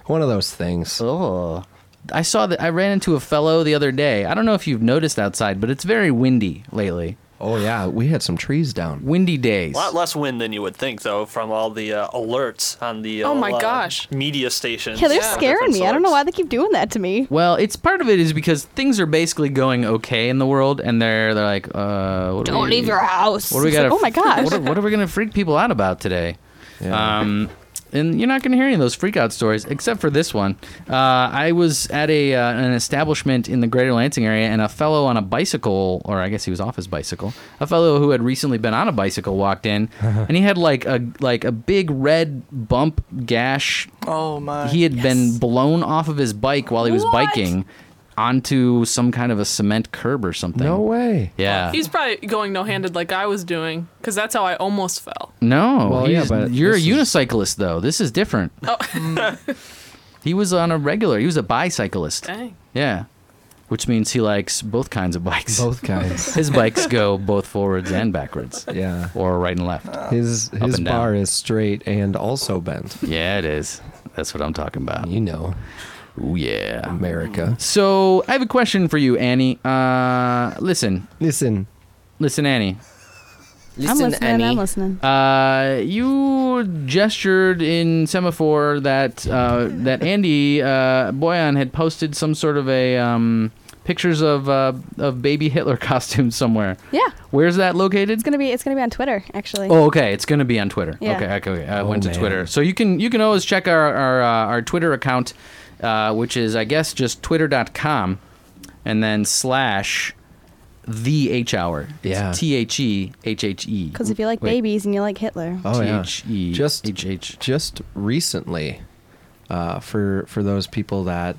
[SPEAKER 4] one of those things.
[SPEAKER 3] oh, I saw that. I ran into a fellow the other day. I don't know if you've noticed outside, but it's very windy lately.
[SPEAKER 4] Oh yeah, we had some trees down.
[SPEAKER 3] Windy days.
[SPEAKER 7] A lot less wind than you would think, though, from all the uh, alerts on the uh,
[SPEAKER 5] Oh my
[SPEAKER 7] uh,
[SPEAKER 5] gosh.
[SPEAKER 7] media stations.
[SPEAKER 1] Yeah, they're
[SPEAKER 7] of
[SPEAKER 1] scaring
[SPEAKER 7] different
[SPEAKER 1] me. I don't know
[SPEAKER 7] sorts.
[SPEAKER 1] why they keep doing that to me.
[SPEAKER 3] Well, it's part of it is because things are basically going okay in the world, and they're they're like, uh, what do we-
[SPEAKER 1] house.
[SPEAKER 3] What do we
[SPEAKER 1] It's
[SPEAKER 3] got?
[SPEAKER 1] like, oh my gosh.
[SPEAKER 3] What are, what are we gonna freak people out about today? Um, and you're not gonna hear any of those freak out stories except for this one. Uh, I was at a uh, an establishment in the Greater Lansing area, and a fellow on a bicycle, or I guess he was off his bicycle, a fellow who had recently been on a bicycle walked in, and he had like a like a big red bump gash
[SPEAKER 6] Oh my.
[SPEAKER 3] he had been blown off of his bike while he was biking onto some kind of a cement curb or something.
[SPEAKER 4] No way.
[SPEAKER 3] Yeah.
[SPEAKER 5] He's probably going no-handed like I was doing, because that's how I almost fell.
[SPEAKER 3] no.
[SPEAKER 4] Well,
[SPEAKER 3] he's-
[SPEAKER 4] yeah, but
[SPEAKER 3] you're a
[SPEAKER 4] this is-
[SPEAKER 3] unicyclist though. This is different.
[SPEAKER 5] Oh,
[SPEAKER 3] He was on a regular. He was a bicyclist.
[SPEAKER 5] dang.
[SPEAKER 3] Yeah. Which means he likes both kinds of bikes.
[SPEAKER 4] Both kinds.
[SPEAKER 3] His bikes go both forwards and backwards.
[SPEAKER 4] Yeah.
[SPEAKER 3] Or right and left.
[SPEAKER 4] His his
[SPEAKER 3] and down.
[SPEAKER 4] bar is straight and also bent.
[SPEAKER 3] Yeah, it is. That's what I'm talking about.
[SPEAKER 4] You know,
[SPEAKER 3] Ooh, yeah.
[SPEAKER 4] America.
[SPEAKER 3] So I have a question for you, Annie. Uh, listen,
[SPEAKER 4] Listen,
[SPEAKER 3] listen, Annie.
[SPEAKER 1] I'm listening. I'm listening.
[SPEAKER 3] Uh, you gestured in semaphore that uh, that Andy uh, Boyan had posted some sort of a um, pictures of uh, of baby Hitler costumes somewhere.
[SPEAKER 1] Yeah.
[SPEAKER 3] Where's that located?
[SPEAKER 1] It's gonna be it's gonna be on Twitter actually.
[SPEAKER 3] Oh, okay. It's gonna be on Twitter.
[SPEAKER 1] Yeah.
[SPEAKER 3] Okay, okay. okay. I went to
[SPEAKER 4] Oh, man.
[SPEAKER 3] Twitter, so you can you can always check our our, uh, our Twitter account, uh, which is I guess just twitter.com, and then slash the H hour. It's
[SPEAKER 4] Yeah.
[SPEAKER 3] T H E H H E.
[SPEAKER 1] Because if you like
[SPEAKER 3] Wait.
[SPEAKER 1] babies and you like Hitler,
[SPEAKER 4] Oh yeah.
[SPEAKER 8] E
[SPEAKER 3] T-H-E,
[SPEAKER 4] Just
[SPEAKER 3] H-H.
[SPEAKER 4] just recently, uh, for for those people that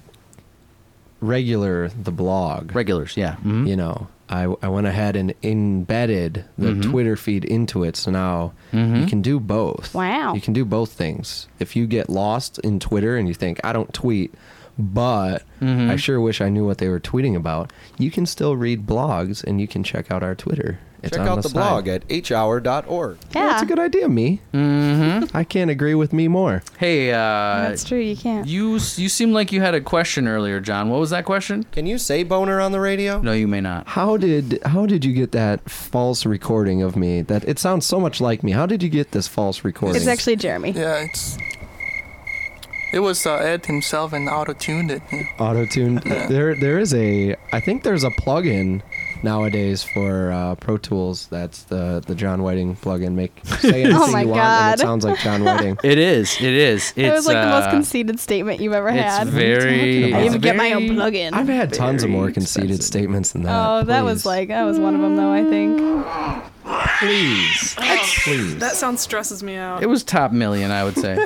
[SPEAKER 4] regular the blog,
[SPEAKER 3] regulars. Yeah. Mhm.
[SPEAKER 8] Mm-hmm.
[SPEAKER 4] you know, I I went ahead and embedded the
[SPEAKER 8] Mm-hmm.
[SPEAKER 4] Twitter feed into it, so now you can do both.
[SPEAKER 1] Wow.
[SPEAKER 4] You can do both things. If you get lost in Twitter and you think I don't tweet. But
[SPEAKER 8] Mm-hmm.
[SPEAKER 4] I sure wish I knew what they were tweeting about. You can still read blogs and you can check out our Twitter. It's
[SPEAKER 8] Check
[SPEAKER 4] on
[SPEAKER 8] out
[SPEAKER 4] the
[SPEAKER 8] the blog
[SPEAKER 4] side.
[SPEAKER 8] at hhour.org.
[SPEAKER 1] yeah,
[SPEAKER 4] That's a good idea, me.
[SPEAKER 8] Mm-hmm.
[SPEAKER 4] I can't agree with me more.
[SPEAKER 3] Hey, uh,
[SPEAKER 1] that's true. You can't.
[SPEAKER 3] you s- you seem like you had a question earlier, John. What was that question?
[SPEAKER 8] Can you say boner on the radio?
[SPEAKER 3] No, you may not.
[SPEAKER 4] How did how did you get that false recording of me? That it sounds so much like me. How did you get this false recording?
[SPEAKER 1] it's actually Jeremy.
[SPEAKER 6] Yeah, it's. It was uh, Ed himself and auto tuned it. yeah.
[SPEAKER 4] auto tuned. there there is a I think there's a plugin nowadays for uh, Pro Tools. That's the the John Whiting plugin. Make say anything
[SPEAKER 1] Oh my
[SPEAKER 4] you want, and it
[SPEAKER 1] God.
[SPEAKER 4] sounds like John Whiting.
[SPEAKER 3] It is. It is. It's
[SPEAKER 1] It was like the most
[SPEAKER 3] uh,
[SPEAKER 1] conceited statement you've ever
[SPEAKER 3] it's
[SPEAKER 1] had.
[SPEAKER 3] very.
[SPEAKER 1] I
[SPEAKER 3] it's
[SPEAKER 1] even get my own
[SPEAKER 3] very-
[SPEAKER 1] plug-in.
[SPEAKER 4] I've had tons of
[SPEAKER 3] Very
[SPEAKER 4] more conceited
[SPEAKER 3] expensive.
[SPEAKER 4] statements than that.
[SPEAKER 3] Uh,
[SPEAKER 1] oh, that
[SPEAKER 4] please.
[SPEAKER 1] was like that was one of them though. I think.
[SPEAKER 4] please, please.
[SPEAKER 5] That sound stresses me out.
[SPEAKER 3] It was top million, I would say.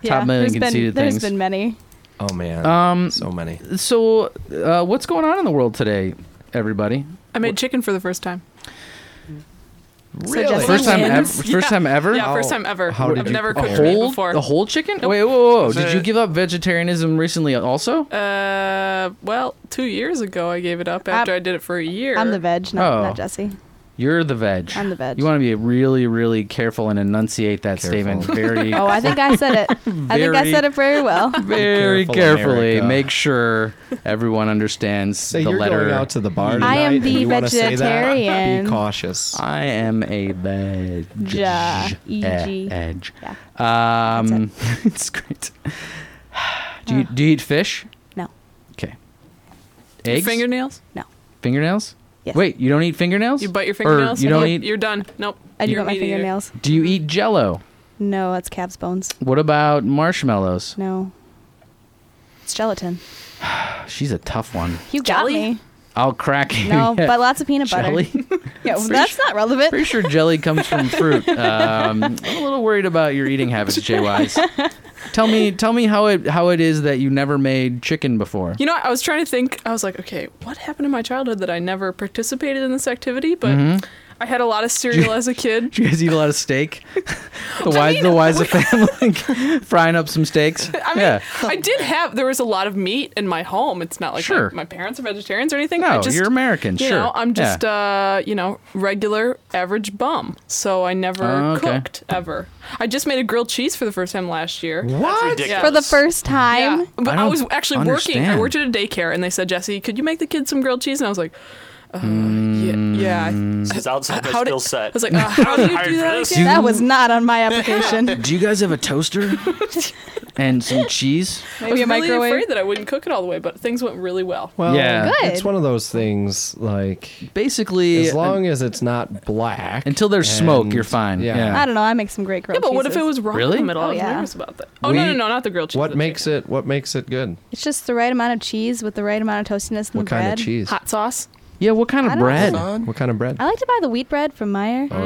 [SPEAKER 1] Yeah,
[SPEAKER 3] top million
[SPEAKER 1] there's been
[SPEAKER 3] conceited
[SPEAKER 1] there's
[SPEAKER 3] things.
[SPEAKER 1] been many.
[SPEAKER 4] Oh man,
[SPEAKER 3] Um,
[SPEAKER 4] so many.
[SPEAKER 3] so, uh, what's going on in the world today, everybody?
[SPEAKER 5] I made chicken for the first time.
[SPEAKER 1] Really?
[SPEAKER 3] First time ever.
[SPEAKER 5] Onions?
[SPEAKER 3] First time ever.
[SPEAKER 5] Yeah, first
[SPEAKER 4] How-
[SPEAKER 6] Oh.
[SPEAKER 5] time ever.
[SPEAKER 4] how did
[SPEAKER 5] I've
[SPEAKER 4] you-
[SPEAKER 5] never
[SPEAKER 4] a
[SPEAKER 5] cooked
[SPEAKER 3] a
[SPEAKER 5] meat
[SPEAKER 3] whole
[SPEAKER 5] before.
[SPEAKER 3] a whole chicken. Wait, whoa, whoa, whoa.
[SPEAKER 6] Is
[SPEAKER 3] did
[SPEAKER 6] it-
[SPEAKER 3] you give up vegetarianism recently? Also,
[SPEAKER 5] Uh, well, two years ago I gave it up after i did it for a year.
[SPEAKER 1] I'm the veg, not,
[SPEAKER 3] Oh.
[SPEAKER 1] not Jesse.
[SPEAKER 3] you're the veg.
[SPEAKER 1] I'm the veg.
[SPEAKER 3] You want to be really, really careful and enunciate that statement very,
[SPEAKER 1] Oh, I think I said it. I think I
[SPEAKER 3] Very-
[SPEAKER 1] said it very well.
[SPEAKER 3] very
[SPEAKER 4] Careful,
[SPEAKER 3] carefully.
[SPEAKER 4] America.
[SPEAKER 3] Make sure everyone understands
[SPEAKER 4] Say
[SPEAKER 3] the
[SPEAKER 4] you're
[SPEAKER 3] letter. E.
[SPEAKER 4] going out to the bar.
[SPEAKER 1] I am
[SPEAKER 4] tonight and
[SPEAKER 1] the
[SPEAKER 4] you wanna say that,
[SPEAKER 1] vegetarian.
[SPEAKER 4] Be cautious.
[SPEAKER 3] I am a veg.
[SPEAKER 1] Ja,
[SPEAKER 3] E-
[SPEAKER 1] EG.
[SPEAKER 3] Edge.
[SPEAKER 1] Yeah.
[SPEAKER 3] Um, it's great. Do you do you eat fish?
[SPEAKER 1] No.
[SPEAKER 3] Okay.
[SPEAKER 5] Your
[SPEAKER 3] Eggs.
[SPEAKER 5] fingernails.
[SPEAKER 1] No.
[SPEAKER 3] fingernails.
[SPEAKER 1] Yes.
[SPEAKER 3] Wait, you don't eat fingernails?
[SPEAKER 5] You bite your
[SPEAKER 3] Or
[SPEAKER 5] fingernails.
[SPEAKER 3] Er, you don't
[SPEAKER 5] Yep,
[SPEAKER 3] eat.
[SPEAKER 5] You're done. Nope.
[SPEAKER 1] I do
[SPEAKER 5] You're
[SPEAKER 1] got my
[SPEAKER 5] meat eater.
[SPEAKER 1] fingernails.
[SPEAKER 3] Do you eat Jello?
[SPEAKER 1] No, that's calves bones.
[SPEAKER 3] What about marshmallows?
[SPEAKER 1] No. It's gelatin.
[SPEAKER 3] She's a tough one.
[SPEAKER 1] You
[SPEAKER 5] Jelly?
[SPEAKER 1] got me.
[SPEAKER 3] I'll crack you.
[SPEAKER 1] No,
[SPEAKER 3] Yeah.
[SPEAKER 1] but lots of peanut butter.
[SPEAKER 3] jelly.
[SPEAKER 1] Yeah, well, that's not relevant.
[SPEAKER 3] Pretty sure jelly comes from fruit. Um, I'm a little worried about your eating habits, Jay Wise. Tell me, tell me how it how it is that you never made chicken before.
[SPEAKER 5] You know, I was trying to think. I was like, okay, what happened in my childhood that I never participated in this activity? But
[SPEAKER 3] Mm-hmm.
[SPEAKER 5] I had a lot of cereal as a kid.
[SPEAKER 3] Do you guys eat a lot of steak? The wise, the wise family frying up some steaks.
[SPEAKER 5] I mean,
[SPEAKER 3] yeah,
[SPEAKER 5] I did have. There was a lot of meat in my home. It's not like
[SPEAKER 3] Sure.
[SPEAKER 5] my, my parents are vegetarians or anything.
[SPEAKER 3] no,
[SPEAKER 5] I just,
[SPEAKER 3] you're American.
[SPEAKER 5] You
[SPEAKER 3] sure,
[SPEAKER 5] know, I'm just
[SPEAKER 3] Yeah.
[SPEAKER 5] uh, you know, regular average bum. So I never
[SPEAKER 3] Oh, okay.
[SPEAKER 5] cooked ever. I just made a grilled cheese for the first time last year.
[SPEAKER 7] That's
[SPEAKER 4] What?
[SPEAKER 7] ridiculous.
[SPEAKER 1] For the first time.
[SPEAKER 5] Yeah, but
[SPEAKER 3] I
[SPEAKER 5] I, was
[SPEAKER 3] don't
[SPEAKER 5] actually working.
[SPEAKER 3] understand.
[SPEAKER 5] I worked at a daycare, and they said, "Jesse, could you make the kids some grilled cheese?" And I was like, uh,
[SPEAKER 3] Mm.
[SPEAKER 5] "Yeah, yeah." I-
[SPEAKER 7] This is outside my
[SPEAKER 5] How did-
[SPEAKER 7] skill set.
[SPEAKER 5] I was like, uh, "How do you
[SPEAKER 7] Hired
[SPEAKER 5] do
[SPEAKER 7] for
[SPEAKER 5] that
[SPEAKER 7] this.
[SPEAKER 5] again?"
[SPEAKER 1] That was not on my application.
[SPEAKER 3] Do you guys have a toaster and some cheese?
[SPEAKER 5] I was
[SPEAKER 1] Maybe a
[SPEAKER 5] really
[SPEAKER 1] microwave.
[SPEAKER 5] afraid that I wouldn't cook it all the way, but things went really well.
[SPEAKER 4] Well,
[SPEAKER 3] Yeah.
[SPEAKER 1] Good.
[SPEAKER 4] it's one of those things like
[SPEAKER 3] Basically, uh,
[SPEAKER 4] as long as it's not black.
[SPEAKER 3] until there's smoke,
[SPEAKER 4] and-
[SPEAKER 3] you're fine.
[SPEAKER 4] yeah.
[SPEAKER 3] yeah.
[SPEAKER 1] I don't know. I make some great grilled
[SPEAKER 5] Yeah, but what if it
[SPEAKER 1] cheeses.
[SPEAKER 5] was raw in
[SPEAKER 3] Really?
[SPEAKER 5] the middle?
[SPEAKER 1] Oh,
[SPEAKER 5] I was
[SPEAKER 1] yeah.
[SPEAKER 5] nervous about that. Oh
[SPEAKER 4] We-
[SPEAKER 5] no, no, no, not the grilled cheese.
[SPEAKER 4] What
[SPEAKER 5] the
[SPEAKER 4] makes
[SPEAKER 5] chicken.
[SPEAKER 4] it what makes it good?
[SPEAKER 1] It's just the right amount of cheese with the right amount of toastiness in
[SPEAKER 4] What
[SPEAKER 1] the
[SPEAKER 4] kind
[SPEAKER 1] bread.
[SPEAKER 4] of cheese?
[SPEAKER 5] hot sauce?
[SPEAKER 3] Yeah, what kind
[SPEAKER 1] I
[SPEAKER 3] of
[SPEAKER 1] don't
[SPEAKER 3] bread?
[SPEAKER 6] Son.
[SPEAKER 4] What kind of bread?
[SPEAKER 1] I like to buy the wheat bread from Meyer.
[SPEAKER 6] Oh,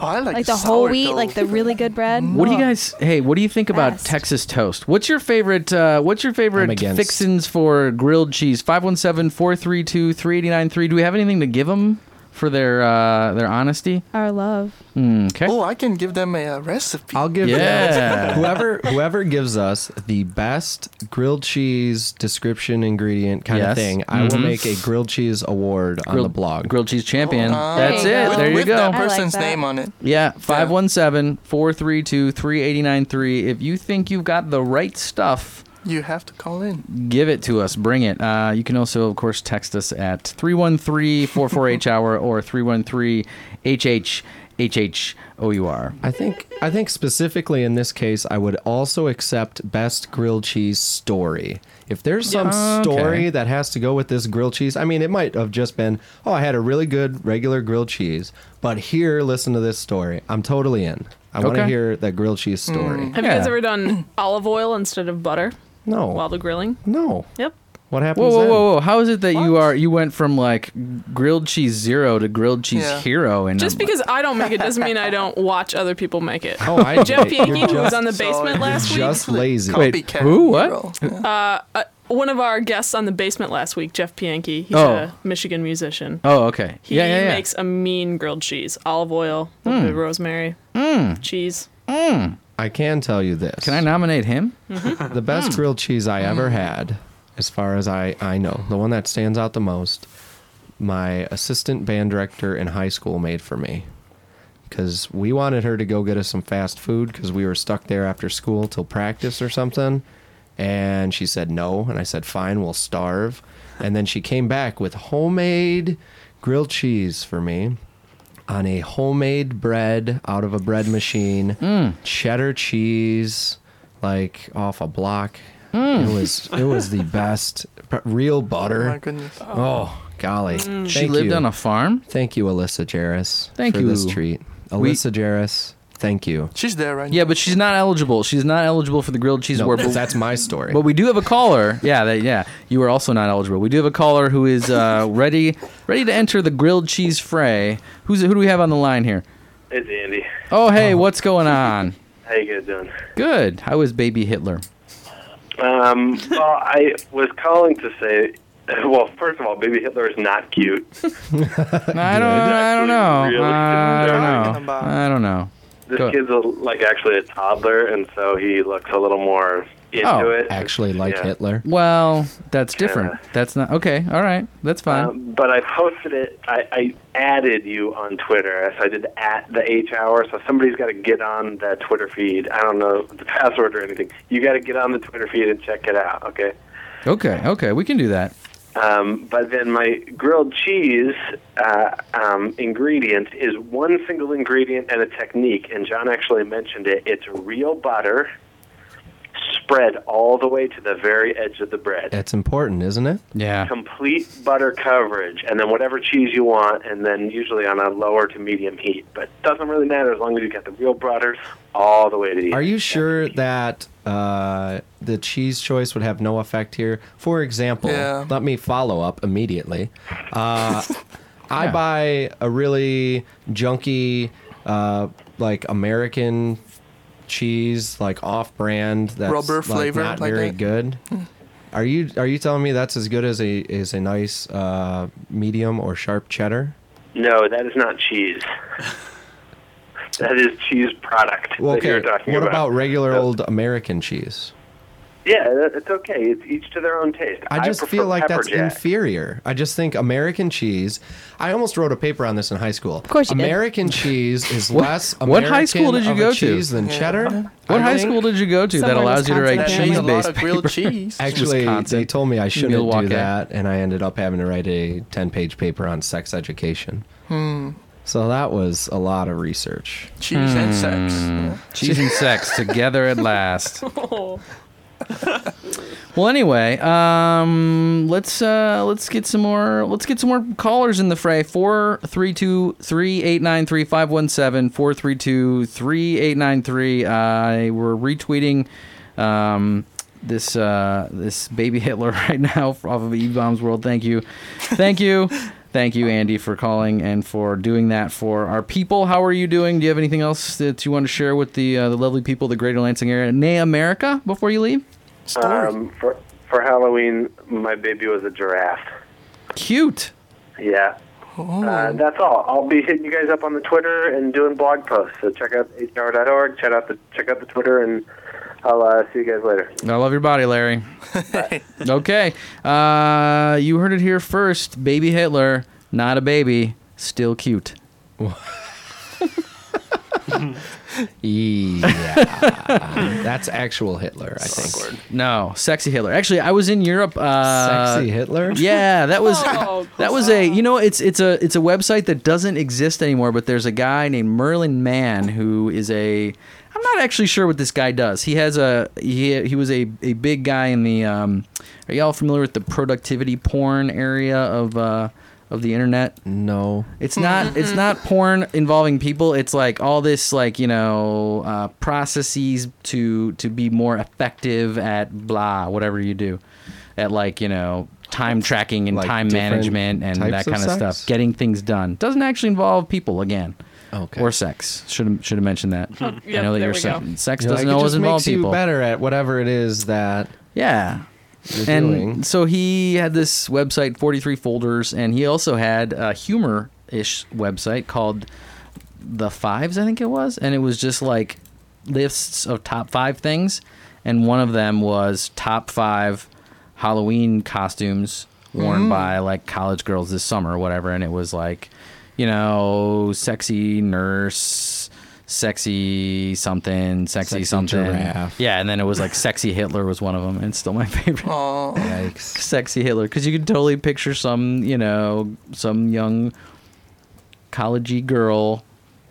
[SPEAKER 6] I like,
[SPEAKER 1] Mm. Like the whole wheat,
[SPEAKER 6] sourdough.
[SPEAKER 1] like the really good bread. Mm.
[SPEAKER 3] What do you guys? Hey, what do you think about
[SPEAKER 1] Best.
[SPEAKER 3] Texas toast? What's your favorite? Uh, what's your
[SPEAKER 4] I'm
[SPEAKER 3] favorite
[SPEAKER 4] against.
[SPEAKER 3] fixins for grilled cheese? 517-432-3893. Do we have anything to give them for their uh, their honesty?
[SPEAKER 1] Our love.
[SPEAKER 3] Okay.
[SPEAKER 6] Oh, I can give them a, uh recipe.
[SPEAKER 4] I'll give
[SPEAKER 3] Yeah.
[SPEAKER 4] whoever whoever gives us the best grilled cheese description ingredient kind
[SPEAKER 3] Yes. Mm-hmm.
[SPEAKER 4] of thing, I will make a grilled cheese award on the blog.
[SPEAKER 3] Grilled cheese champion. That's
[SPEAKER 1] There
[SPEAKER 3] it.
[SPEAKER 1] you go.
[SPEAKER 3] There you
[SPEAKER 6] Uh, with that
[SPEAKER 1] I
[SPEAKER 3] go.
[SPEAKER 1] like
[SPEAKER 6] person's
[SPEAKER 1] that.
[SPEAKER 6] name on it.
[SPEAKER 3] Yeah, 517-432-3893. If you think you've got the right stuff,
[SPEAKER 6] You have to call in.
[SPEAKER 3] give it to us. Bring it. Uh, you can also, of course, E text us at 313 44 hour or 313 HH H H O U R.
[SPEAKER 4] I think I think specifically in this case, I would also accept best grilled cheese story. If there's some
[SPEAKER 3] Yeah. Okay.
[SPEAKER 4] story that has to go with this grilled cheese, I mean, it might have just been, oh, I had a really good regular grilled cheese, but here, listen to this story. I'm totally in. I want to
[SPEAKER 3] Okay. Mm.
[SPEAKER 4] hear that grilled cheese story.
[SPEAKER 5] Have you guys
[SPEAKER 3] Yeah.
[SPEAKER 5] ever done olive oil instead of butter
[SPEAKER 4] No,
[SPEAKER 5] while the grilling?
[SPEAKER 4] no.
[SPEAKER 5] Yep.
[SPEAKER 4] What
[SPEAKER 3] Whoa,
[SPEAKER 4] happens?
[SPEAKER 3] whoa,
[SPEAKER 4] then?
[SPEAKER 3] whoa, whoa! How is it that you are you went from like grilled cheese zero to grilled cheese
[SPEAKER 6] Yeah.
[SPEAKER 3] hero? And
[SPEAKER 5] Just
[SPEAKER 3] I'm like-
[SPEAKER 5] because I don't make it doesn't mean I don't watch other people make it.
[SPEAKER 4] Oh, I
[SPEAKER 5] Jeff
[SPEAKER 4] did it. You're
[SPEAKER 5] Yanke, who was
[SPEAKER 4] just-
[SPEAKER 5] on the
[SPEAKER 6] sorry.
[SPEAKER 5] basement last week,
[SPEAKER 4] just lazy.
[SPEAKER 3] Wait,
[SPEAKER 6] Copycat
[SPEAKER 3] who? What?
[SPEAKER 6] hero. Yeah.
[SPEAKER 5] one of our guests on the basement last week, Jeff Pianke, he's
[SPEAKER 3] Oh.
[SPEAKER 5] a Michigan musician.
[SPEAKER 3] oh, okay,
[SPEAKER 5] He
[SPEAKER 3] yeah, yeah, yeah.
[SPEAKER 5] makes a mean grilled cheese, olive oil, a
[SPEAKER 4] Hmm.
[SPEAKER 5] little bit of rosemary, cheese.
[SPEAKER 4] I can tell you this.
[SPEAKER 3] Can I Hmm. nominate him?
[SPEAKER 4] The best grilled cheese I ever had, as far as I, I know, the one that stands out the most, my assistant band director in high school made for me. Because we wanted her to go get us some fast food because we were stuck there after school till practice or something. And she said no. And I said, fine, we'll starve. And then she came back with homemade grilled cheese for me on a homemade bread out of a bread machine, cheddar cheese, like off a block. It was it was the best P- real
[SPEAKER 6] Oh my
[SPEAKER 4] butter.
[SPEAKER 6] goodness.
[SPEAKER 4] Oh, golly! Thank
[SPEAKER 3] She lived
[SPEAKER 4] you.
[SPEAKER 3] on a farm.
[SPEAKER 4] Thank you, Alyssa Jarris.
[SPEAKER 3] Thank
[SPEAKER 4] for this
[SPEAKER 3] you.
[SPEAKER 4] treat,
[SPEAKER 3] We-
[SPEAKER 4] Alyssa Jarris. Thank you.
[SPEAKER 6] She's there right
[SPEAKER 3] Yeah,
[SPEAKER 6] now.
[SPEAKER 3] but she's not eligible. She's not eligible for the grilled cheese
[SPEAKER 4] No,
[SPEAKER 3] award. But,
[SPEAKER 4] that's my story.
[SPEAKER 3] but we do have a caller. Yeah, that, yeah. You are also not eligible. We do have a caller who is uh, ready ready to enter the grilled cheese fray. Who's who do we have on the line here?
[SPEAKER 9] It's Andy.
[SPEAKER 3] Oh, hey, what's going on?
[SPEAKER 9] How you guys doing?
[SPEAKER 3] Good. How is baby Hitler?
[SPEAKER 9] Um, well, I was calling to say, well, first of all, baby Hitler is not cute.
[SPEAKER 3] I don't. I don't know.
[SPEAKER 9] Really?
[SPEAKER 3] I don't
[SPEAKER 6] Talking
[SPEAKER 3] know.
[SPEAKER 6] about-
[SPEAKER 3] I don't know.
[SPEAKER 9] This
[SPEAKER 3] Go-
[SPEAKER 9] kid's a, like actually a toddler, and so he looks a little more into
[SPEAKER 3] Oh,
[SPEAKER 9] it.
[SPEAKER 4] Actually, like
[SPEAKER 9] Yeah.
[SPEAKER 4] Hitler.
[SPEAKER 3] Well, that's different.
[SPEAKER 9] Yeah.
[SPEAKER 3] That's not okay. All right, that's fine.
[SPEAKER 9] Um, but I posted it. I, I added you on Twitter, so I did at the H hour. So somebody's got to get on that Twitter feed. I don't know the password or anything. You got to get on the Twitter feed and check it out. Okay.
[SPEAKER 3] okay, okay, we can do that.
[SPEAKER 9] Um, but then my grilled cheese uh, um, ingredient is one single ingredient and a technique, and John actually mentioned it. It's real butter spread all the way to the very edge of the bread.
[SPEAKER 4] That's important, isn't it?
[SPEAKER 3] Yeah.
[SPEAKER 9] Complete butter coverage, and then whatever cheese you want, and then usually on a lower to medium heat. But doesn't really matter as long as you got the real butter all the way to the
[SPEAKER 4] Are
[SPEAKER 9] end.
[SPEAKER 4] you sure that uh, the cheese choice would have no effect here? For example,
[SPEAKER 6] Yeah.
[SPEAKER 4] let me follow up immediately. Uh, I buy a really junky, uh, like American cheese, like off-brand, that's
[SPEAKER 6] Rubber
[SPEAKER 4] like,
[SPEAKER 6] flavor,
[SPEAKER 4] not
[SPEAKER 6] like
[SPEAKER 4] very
[SPEAKER 6] that?
[SPEAKER 4] good. Are you are you telling me that's as good as a is a nice uh, medium or sharp cheddar?
[SPEAKER 9] No, that is not cheese. that is cheese product
[SPEAKER 4] Well,
[SPEAKER 9] that you're
[SPEAKER 4] okay.
[SPEAKER 9] talking
[SPEAKER 4] What
[SPEAKER 9] about
[SPEAKER 4] about regular
[SPEAKER 9] Uh,
[SPEAKER 4] old American cheese?
[SPEAKER 9] Yeah, that- it's okay. It's each to their own taste.
[SPEAKER 4] I just
[SPEAKER 9] prefer
[SPEAKER 4] feel like
[SPEAKER 9] pepper
[SPEAKER 4] that's
[SPEAKER 9] jack.
[SPEAKER 4] inferior. I just think American cheese. I almost wrote a paper on this in high school. Of
[SPEAKER 1] course you did.
[SPEAKER 4] American cheese is less. American
[SPEAKER 3] what high school did you
[SPEAKER 4] of a
[SPEAKER 3] go to?
[SPEAKER 4] cheese than cheddar.
[SPEAKER 3] What
[SPEAKER 4] I
[SPEAKER 3] high
[SPEAKER 4] think.
[SPEAKER 3] school did you go to that
[SPEAKER 1] Somewhere in
[SPEAKER 3] allows you to write
[SPEAKER 6] That
[SPEAKER 1] Wisconsin,
[SPEAKER 3] cheese
[SPEAKER 6] means a lot
[SPEAKER 3] based
[SPEAKER 6] of grilled
[SPEAKER 3] paper?
[SPEAKER 6] cheese.
[SPEAKER 4] Actually,
[SPEAKER 3] Wisconsin.
[SPEAKER 4] they told me I shouldn't
[SPEAKER 3] Milwaukee.
[SPEAKER 4] do that, and I ended up having to write a ten-page paper on sex education.
[SPEAKER 1] Hmm.
[SPEAKER 4] So that was a lot of research.
[SPEAKER 6] Cheese and
[SPEAKER 3] hmm.
[SPEAKER 6] sex. Yeah.
[SPEAKER 3] Cheese and sex together at last.
[SPEAKER 5] Oh.
[SPEAKER 3] Well, anyway, um, let's uh, let's get some more let's get some more callers in the fray. Four three two three eight nine three five one seven four three two three eight nine three. I we're retweeting um, this uh, this baby Hitler right now off of E Bombs World. Thank you, thank you, thank you, Andy, for calling and for doing that for our people. How are you doing? Do you have anything else that you want to share with the uh, the lovely people of the Greater Lansing area, nay America, before you leave?
[SPEAKER 9] Um, for for Halloween, my baby was a giraffe.
[SPEAKER 3] Cute.
[SPEAKER 9] Yeah.
[SPEAKER 6] Oh.
[SPEAKER 9] Uh, that's all. I'll be hitting you guys up on the Twitter and doing blog posts. So check out hr.org. Check out the check out the Twitter, and I'll uh, see you guys later.
[SPEAKER 3] I love your body, Larry. okay. Uh, you heard it here first. Baby Hitler, not a baby, still cute.
[SPEAKER 4] yeah. That's actual Hitler, I think.
[SPEAKER 3] No, sexy Hitler. Actually, I was in Europe. Uh,
[SPEAKER 4] Sexy Hitler?
[SPEAKER 3] Yeah, that was
[SPEAKER 5] Oh,
[SPEAKER 3] that was a you know it's it's a it's a website that doesn't exist anymore. But there's a guy named Merlin Mann who is a I'm not actually sure what this guy does. He has a he he was a, a big guy in the um, are y'all familiar with the productivity porn area of uh, of the internet?
[SPEAKER 4] No.
[SPEAKER 3] It's not. It's not porn involving people. It's like all this, like you know, uh, processes to to be more effective at blah whatever you do, at like you know time tracking and
[SPEAKER 4] Like
[SPEAKER 3] time
[SPEAKER 4] different
[SPEAKER 3] management and that
[SPEAKER 4] types of
[SPEAKER 3] kind of
[SPEAKER 4] sex? Oh,
[SPEAKER 3] stuff. Getting things done doesn't actually involve people again.
[SPEAKER 4] Okay.
[SPEAKER 3] Or sex. Should have should have mentioned that. I
[SPEAKER 5] yep,
[SPEAKER 3] know that
[SPEAKER 5] there
[SPEAKER 3] your
[SPEAKER 5] we
[SPEAKER 3] sex,
[SPEAKER 5] go.
[SPEAKER 3] sex
[SPEAKER 4] You're like,
[SPEAKER 3] doesn't
[SPEAKER 4] it
[SPEAKER 3] always
[SPEAKER 4] just
[SPEAKER 3] involve
[SPEAKER 4] makes you
[SPEAKER 3] people.
[SPEAKER 4] better at whatever it is that
[SPEAKER 3] Yeah.
[SPEAKER 4] you're
[SPEAKER 3] And
[SPEAKER 4] doing.
[SPEAKER 3] so he had this website, 43 folders, and he also had a humor ish website called The Fives, I think it was. And it was just like lists of top five things. And one of them was top five Halloween costumes worn
[SPEAKER 4] Mm.
[SPEAKER 3] by like college girls this summer or whatever. And it was like, you know, sexy nurse, sexy something, sexy,
[SPEAKER 4] Sexy
[SPEAKER 3] something.
[SPEAKER 4] giraffe.
[SPEAKER 3] Yeah. And then it was like sexy Hitler was one of them. And it's still my favorite
[SPEAKER 6] Oh,
[SPEAKER 4] Yikes.
[SPEAKER 3] sexy Hitler because you can totally picture some, you know, some young collegey girl,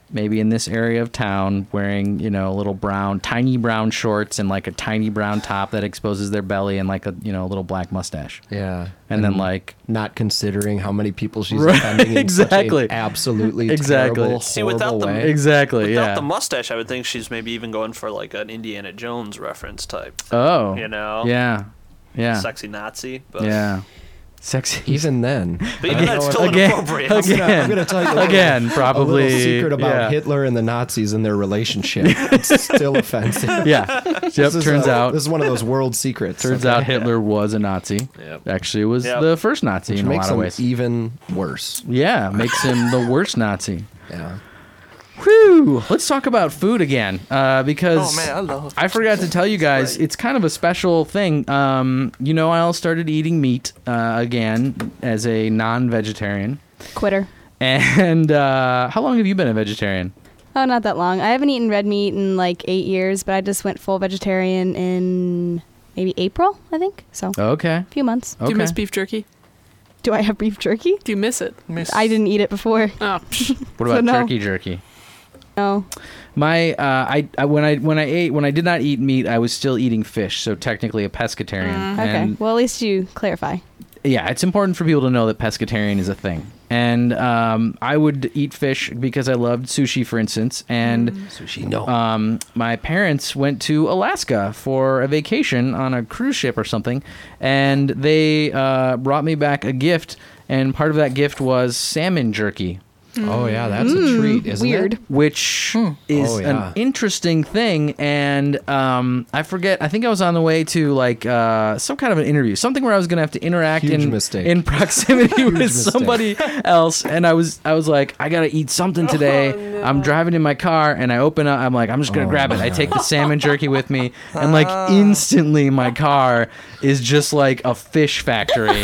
[SPEAKER 3] maybe in this area of town, wearing, you know, little brown, tiny brown shorts and like a tiny brown top that exposes their belly and like a, you know, a little black mustache.
[SPEAKER 4] Yeah. Mm-hmm.
[SPEAKER 3] And then like,
[SPEAKER 4] not considering how many people she's
[SPEAKER 3] Right,
[SPEAKER 4] offending in
[SPEAKER 3] exactly.
[SPEAKER 4] such an absolutely
[SPEAKER 3] Exactly.
[SPEAKER 4] terrible,
[SPEAKER 3] See,
[SPEAKER 4] horrible
[SPEAKER 7] without the-
[SPEAKER 4] way.
[SPEAKER 3] exactly,
[SPEAKER 7] Without
[SPEAKER 3] yeah.
[SPEAKER 7] the mustache, I would think she's maybe even going for like an Indiana Jones reference type.
[SPEAKER 3] oh,
[SPEAKER 7] you know?
[SPEAKER 3] yeah, yeah,
[SPEAKER 7] Sexy Nazi. But,
[SPEAKER 3] yeah, sexy.
[SPEAKER 4] even then,
[SPEAKER 7] But even that's still
[SPEAKER 3] Again,
[SPEAKER 7] inappropriate.
[SPEAKER 4] I'm
[SPEAKER 3] again,
[SPEAKER 4] gonna tell you a little-
[SPEAKER 3] again,
[SPEAKER 4] a little
[SPEAKER 3] probably
[SPEAKER 4] secret about
[SPEAKER 3] yeah.
[SPEAKER 4] Hitler and the Nazis and their relationship. It's still offensive.
[SPEAKER 3] Yeah, yep.
[SPEAKER 4] This is,
[SPEAKER 3] Turns
[SPEAKER 4] uh,
[SPEAKER 3] out,
[SPEAKER 4] this is one of those world secrets.
[SPEAKER 3] turns
[SPEAKER 4] okay?
[SPEAKER 3] out Hitler was a Nazi.
[SPEAKER 7] Yep.
[SPEAKER 3] Actually, was
[SPEAKER 7] Yep.
[SPEAKER 3] the first Nazi
[SPEAKER 4] Which
[SPEAKER 3] in a
[SPEAKER 4] makes
[SPEAKER 3] lot of
[SPEAKER 4] him
[SPEAKER 3] ways.
[SPEAKER 4] even worse.
[SPEAKER 3] Yeah, makes him the worst Nazi.
[SPEAKER 4] Yeah.
[SPEAKER 3] Whew. Let's talk about food again, uh, because
[SPEAKER 6] Oh, man, I love
[SPEAKER 3] I forgot to tell you guys. It's kind of a special thing. Um, you know, I all started eating meat uh, again as a non-vegetarian.
[SPEAKER 1] Quitter.
[SPEAKER 3] And uh, how long have you been a vegetarian?
[SPEAKER 1] Oh, not that long. I haven't eaten red meat in like eight years, but I just went full vegetarian in maybe April, I think. So
[SPEAKER 4] Oh.
[SPEAKER 3] Okay.
[SPEAKER 1] a few months.
[SPEAKER 5] Do
[SPEAKER 3] Okay.
[SPEAKER 5] you miss beef jerky?
[SPEAKER 1] Do I have beef jerky?
[SPEAKER 5] Do you miss it?
[SPEAKER 6] miss.
[SPEAKER 1] I didn't eat it before.
[SPEAKER 5] Oh, psh,
[SPEAKER 3] what about
[SPEAKER 1] so no.
[SPEAKER 3] turkey jerky?
[SPEAKER 1] No.
[SPEAKER 3] My uh, I, I when I when I ate when I did not eat meat, I was still eating fish, so technically a pescatarian.
[SPEAKER 1] Mm-hmm. Okay.
[SPEAKER 3] And
[SPEAKER 1] well, at least you clarify.
[SPEAKER 3] yeah, it's important for people to know that pescatarian is a thing. And um, I would eat fish because I loved sushi, for instance. And
[SPEAKER 4] Mm. Sushi, no.
[SPEAKER 3] um, my parents went to Alaska for a vacation on a cruise ship or something, and they uh, brought me back a gift. And part of that gift was salmon jerky
[SPEAKER 4] oh yeah, that's
[SPEAKER 3] Hmm,
[SPEAKER 4] a treat, isn't
[SPEAKER 1] Weird.
[SPEAKER 4] it?
[SPEAKER 3] which is
[SPEAKER 4] Oh, yeah.
[SPEAKER 3] an interesting thing. And um, I forget. I think I was on the way to like uh, some kind of an interview, something where I was going to have to interact
[SPEAKER 4] Huge
[SPEAKER 3] in
[SPEAKER 4] mistake.
[SPEAKER 3] in proximity with
[SPEAKER 4] mistake.
[SPEAKER 3] somebody else. And I was I was like, I gotta eat something today. I'm driving in my car, and I open up. I'm like, I'm just gonna
[SPEAKER 4] Oh,
[SPEAKER 3] grab it. I
[SPEAKER 4] no.
[SPEAKER 3] take the salmon jerky with me, and like instantly, my car is just like a fish factory.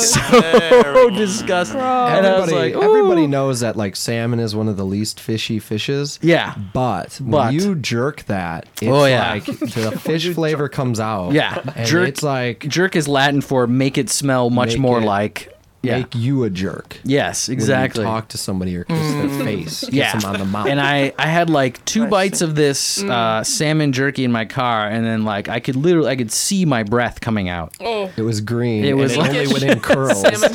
[SPEAKER 3] so disgusting. And I was
[SPEAKER 4] Everybody,
[SPEAKER 3] like, "Ooh."
[SPEAKER 4] everybody knows that like salmon is one of the least fishy fishes.
[SPEAKER 3] Yeah.
[SPEAKER 4] But,
[SPEAKER 3] But-
[SPEAKER 4] when you jerk that, it's
[SPEAKER 3] Oh, yeah.
[SPEAKER 4] like the fish flavor comes out.
[SPEAKER 3] Yeah,
[SPEAKER 4] And
[SPEAKER 3] jerk.
[SPEAKER 4] it's like
[SPEAKER 3] jerk is Latin for make it smell much
[SPEAKER 4] Make
[SPEAKER 3] more
[SPEAKER 4] it-
[SPEAKER 3] like. Yeah.
[SPEAKER 4] make you a jerk.
[SPEAKER 3] yes.
[SPEAKER 4] when you
[SPEAKER 3] Exactly. Mm.
[SPEAKER 4] talk to somebody or kiss their face. Kiss
[SPEAKER 3] yeah.
[SPEAKER 4] them on the mouth.
[SPEAKER 3] And I, I had like two
[SPEAKER 6] I
[SPEAKER 3] bites
[SPEAKER 6] see.
[SPEAKER 3] of this uh, salmon jerky in my car, and then like I could literally I could see my breath coming out.
[SPEAKER 4] it was green.
[SPEAKER 3] It
[SPEAKER 4] It
[SPEAKER 3] was
[SPEAKER 4] was and it only
[SPEAKER 5] like-
[SPEAKER 4] went in curls.
[SPEAKER 5] salmon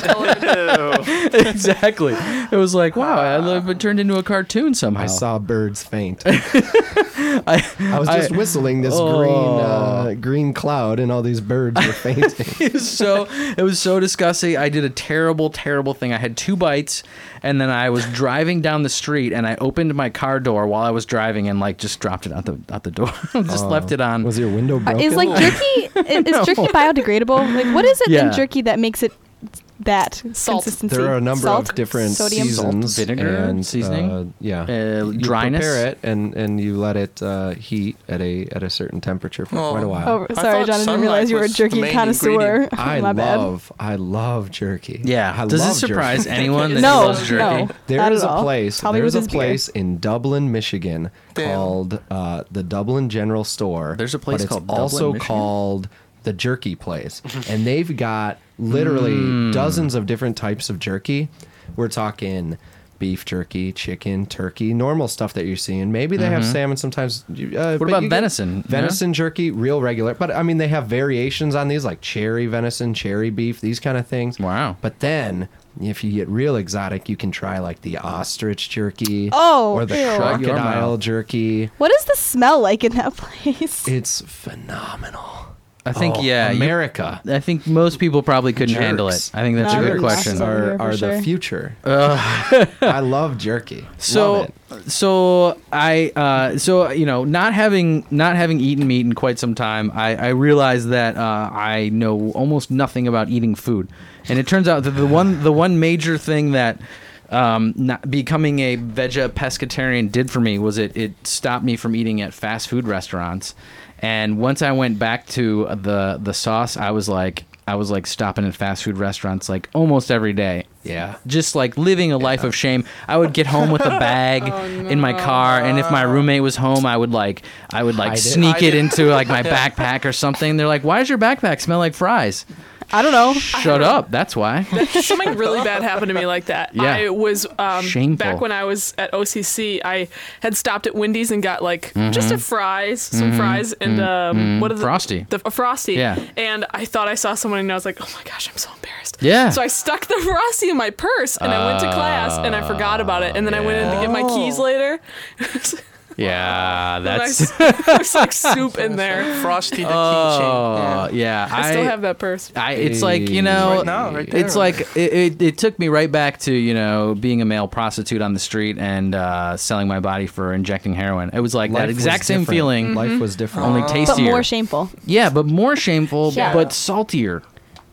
[SPEAKER 5] colored.
[SPEAKER 3] exactly. It was like wow, I li- it turned into a cartoon somehow.
[SPEAKER 4] I saw birds faint. I, was just
[SPEAKER 3] I- Oh.
[SPEAKER 4] whistling this green uh, green cloud, and all these birds were fainting.
[SPEAKER 3] It was so it was so disgusting. I did a terrible, terrible thing. I had two bites, and then I was driving down the street, and I opened my car door while I was driving, and like just dropped it out the out the door. just left it on.
[SPEAKER 4] Oh. was your
[SPEAKER 1] Uh,
[SPEAKER 4] window broken?
[SPEAKER 1] Is like jerky? i- Is jerky biodegradable? Like, what is it
[SPEAKER 3] Yeah.
[SPEAKER 1] in jerky that makes it that
[SPEAKER 5] Salt.
[SPEAKER 1] consistency.
[SPEAKER 4] There are a number
[SPEAKER 1] Salt,
[SPEAKER 4] of different
[SPEAKER 1] sodium.
[SPEAKER 4] seasons,
[SPEAKER 3] Salt, vinegar,
[SPEAKER 4] and,
[SPEAKER 3] seasoning,
[SPEAKER 4] uh, yeah,
[SPEAKER 3] uh,
[SPEAKER 4] You
[SPEAKER 3] dryness.
[SPEAKER 4] Prepare it and and you let it uh, heat at a at a certain temperature for quite a
[SPEAKER 6] Oh.
[SPEAKER 4] while.
[SPEAKER 1] Oh,
[SPEAKER 6] I
[SPEAKER 1] sorry,
[SPEAKER 6] thought
[SPEAKER 1] John. I didn't
[SPEAKER 6] sunlight
[SPEAKER 1] realize you were a
[SPEAKER 6] was the
[SPEAKER 1] jerky
[SPEAKER 6] main
[SPEAKER 1] connoisseur.
[SPEAKER 6] ingredient.
[SPEAKER 4] I
[SPEAKER 1] My bad.
[SPEAKER 4] love I love jerky.
[SPEAKER 3] Yeah.
[SPEAKER 4] I
[SPEAKER 3] Does
[SPEAKER 4] love
[SPEAKER 3] it surprise
[SPEAKER 4] jerky.
[SPEAKER 3] anyone that he
[SPEAKER 1] No,
[SPEAKER 3] loves jerky?
[SPEAKER 1] no.
[SPEAKER 4] There
[SPEAKER 1] not
[SPEAKER 4] is
[SPEAKER 1] at
[SPEAKER 4] a
[SPEAKER 1] all.
[SPEAKER 4] place.
[SPEAKER 1] Probably
[SPEAKER 4] There's
[SPEAKER 1] with
[SPEAKER 4] a
[SPEAKER 1] his beer.
[SPEAKER 4] place in Dublin, Michigan,
[SPEAKER 6] Damn.
[SPEAKER 4] called uh, the Dublin General Store.
[SPEAKER 3] There's a place
[SPEAKER 4] but it's
[SPEAKER 3] called Dublin,
[SPEAKER 4] also
[SPEAKER 3] Michigan?
[SPEAKER 4] called the Jerky Place, and they've got literally
[SPEAKER 3] Mm.
[SPEAKER 4] dozens of different types of jerky. We're talking beef jerky, chicken, turkey, normal stuff that you're seeing. Maybe they have salmon sometimes. Uh, but
[SPEAKER 3] Mm-hmm. about
[SPEAKER 4] you get
[SPEAKER 3] venison, yeah?
[SPEAKER 4] Venison jerky, real regular. But I mean, they have variations on these, like cherry venison, cherry beef, these kind of things.
[SPEAKER 3] Wow.
[SPEAKER 4] But then, if you get real exotic, you can try like the ostrich jerky.
[SPEAKER 1] Oh,
[SPEAKER 4] or the
[SPEAKER 1] ew.
[SPEAKER 3] Shut your
[SPEAKER 4] crocodile
[SPEAKER 3] mouth.
[SPEAKER 4] jerky.
[SPEAKER 1] What is the smell like in that place?
[SPEAKER 4] It's phenomenal.
[SPEAKER 3] I think
[SPEAKER 4] Oh,
[SPEAKER 3] yeah. you-
[SPEAKER 4] America.
[SPEAKER 3] I think most people probably couldn't handle it.
[SPEAKER 4] Jerks.
[SPEAKER 3] I think that's a good
[SPEAKER 1] Jerks.
[SPEAKER 3] question.
[SPEAKER 1] Absolutely.
[SPEAKER 4] Are, are
[SPEAKER 1] For
[SPEAKER 4] the
[SPEAKER 1] sure.
[SPEAKER 4] future. I love jerky. Love
[SPEAKER 3] So
[SPEAKER 4] it.
[SPEAKER 3] so I uh, so you know not having not having eaten meat in quite some time, I, I realized that uh, I know almost nothing about eating food, and it turns out that the one the one major thing that um, not becoming a veggie pescatarian did for me was it it stopped me from eating at fast food restaurants, and once I went back to the the sauce, I was like. I was like stopping at fast food restaurants like almost every day
[SPEAKER 4] Yeah.
[SPEAKER 3] just like living a life of shame. I would get home with a bag in my car, and if my roommate was home, I would like I would like
[SPEAKER 4] Hide it.
[SPEAKER 3] sneak
[SPEAKER 6] Hide
[SPEAKER 3] it
[SPEAKER 6] it.
[SPEAKER 3] into like my backpack or something. They're like, "Why does your backpack smell like fries?"
[SPEAKER 1] I don't know.
[SPEAKER 3] Shut up. That's why.
[SPEAKER 5] Something really bad happened to me like that.
[SPEAKER 3] Yeah.
[SPEAKER 5] I was um,
[SPEAKER 3] Shameful.
[SPEAKER 5] back when I was at OCC. I had stopped at Wendy's and got like
[SPEAKER 3] Mm-hmm.
[SPEAKER 5] just a fries, some fries, and um, what are the
[SPEAKER 3] Frosty.
[SPEAKER 5] The a frosty.
[SPEAKER 3] Yeah.
[SPEAKER 5] And I thought I saw someone, and I was like, oh my gosh, I'm so embarrassed.
[SPEAKER 3] Yeah.
[SPEAKER 5] So I stuck the frosty in my purse, and I went to class, and
[SPEAKER 3] Oh,
[SPEAKER 5] I forgot about it, and then I went in to get my keys later.
[SPEAKER 3] Yeah,
[SPEAKER 5] And I
[SPEAKER 3] that's.
[SPEAKER 5] s- There's like soup in there.
[SPEAKER 6] Frosty the
[SPEAKER 3] Oh
[SPEAKER 6] keychain.
[SPEAKER 3] yeah,
[SPEAKER 5] I still have that purse.
[SPEAKER 3] I, it's like you know,
[SPEAKER 6] Right now, right there.
[SPEAKER 3] it's like it, it, it took me right back to you know being a male prostitute on the street and uh, selling my body for injecting heroin. It was like
[SPEAKER 4] Life
[SPEAKER 3] that
[SPEAKER 4] was
[SPEAKER 3] exact same
[SPEAKER 4] different. Mm-hmm.
[SPEAKER 3] feeling,
[SPEAKER 4] Life was different.
[SPEAKER 3] only tastier.
[SPEAKER 1] But more shameful.
[SPEAKER 3] Yeah, but more shameful,
[SPEAKER 1] Yeah.
[SPEAKER 3] but saltier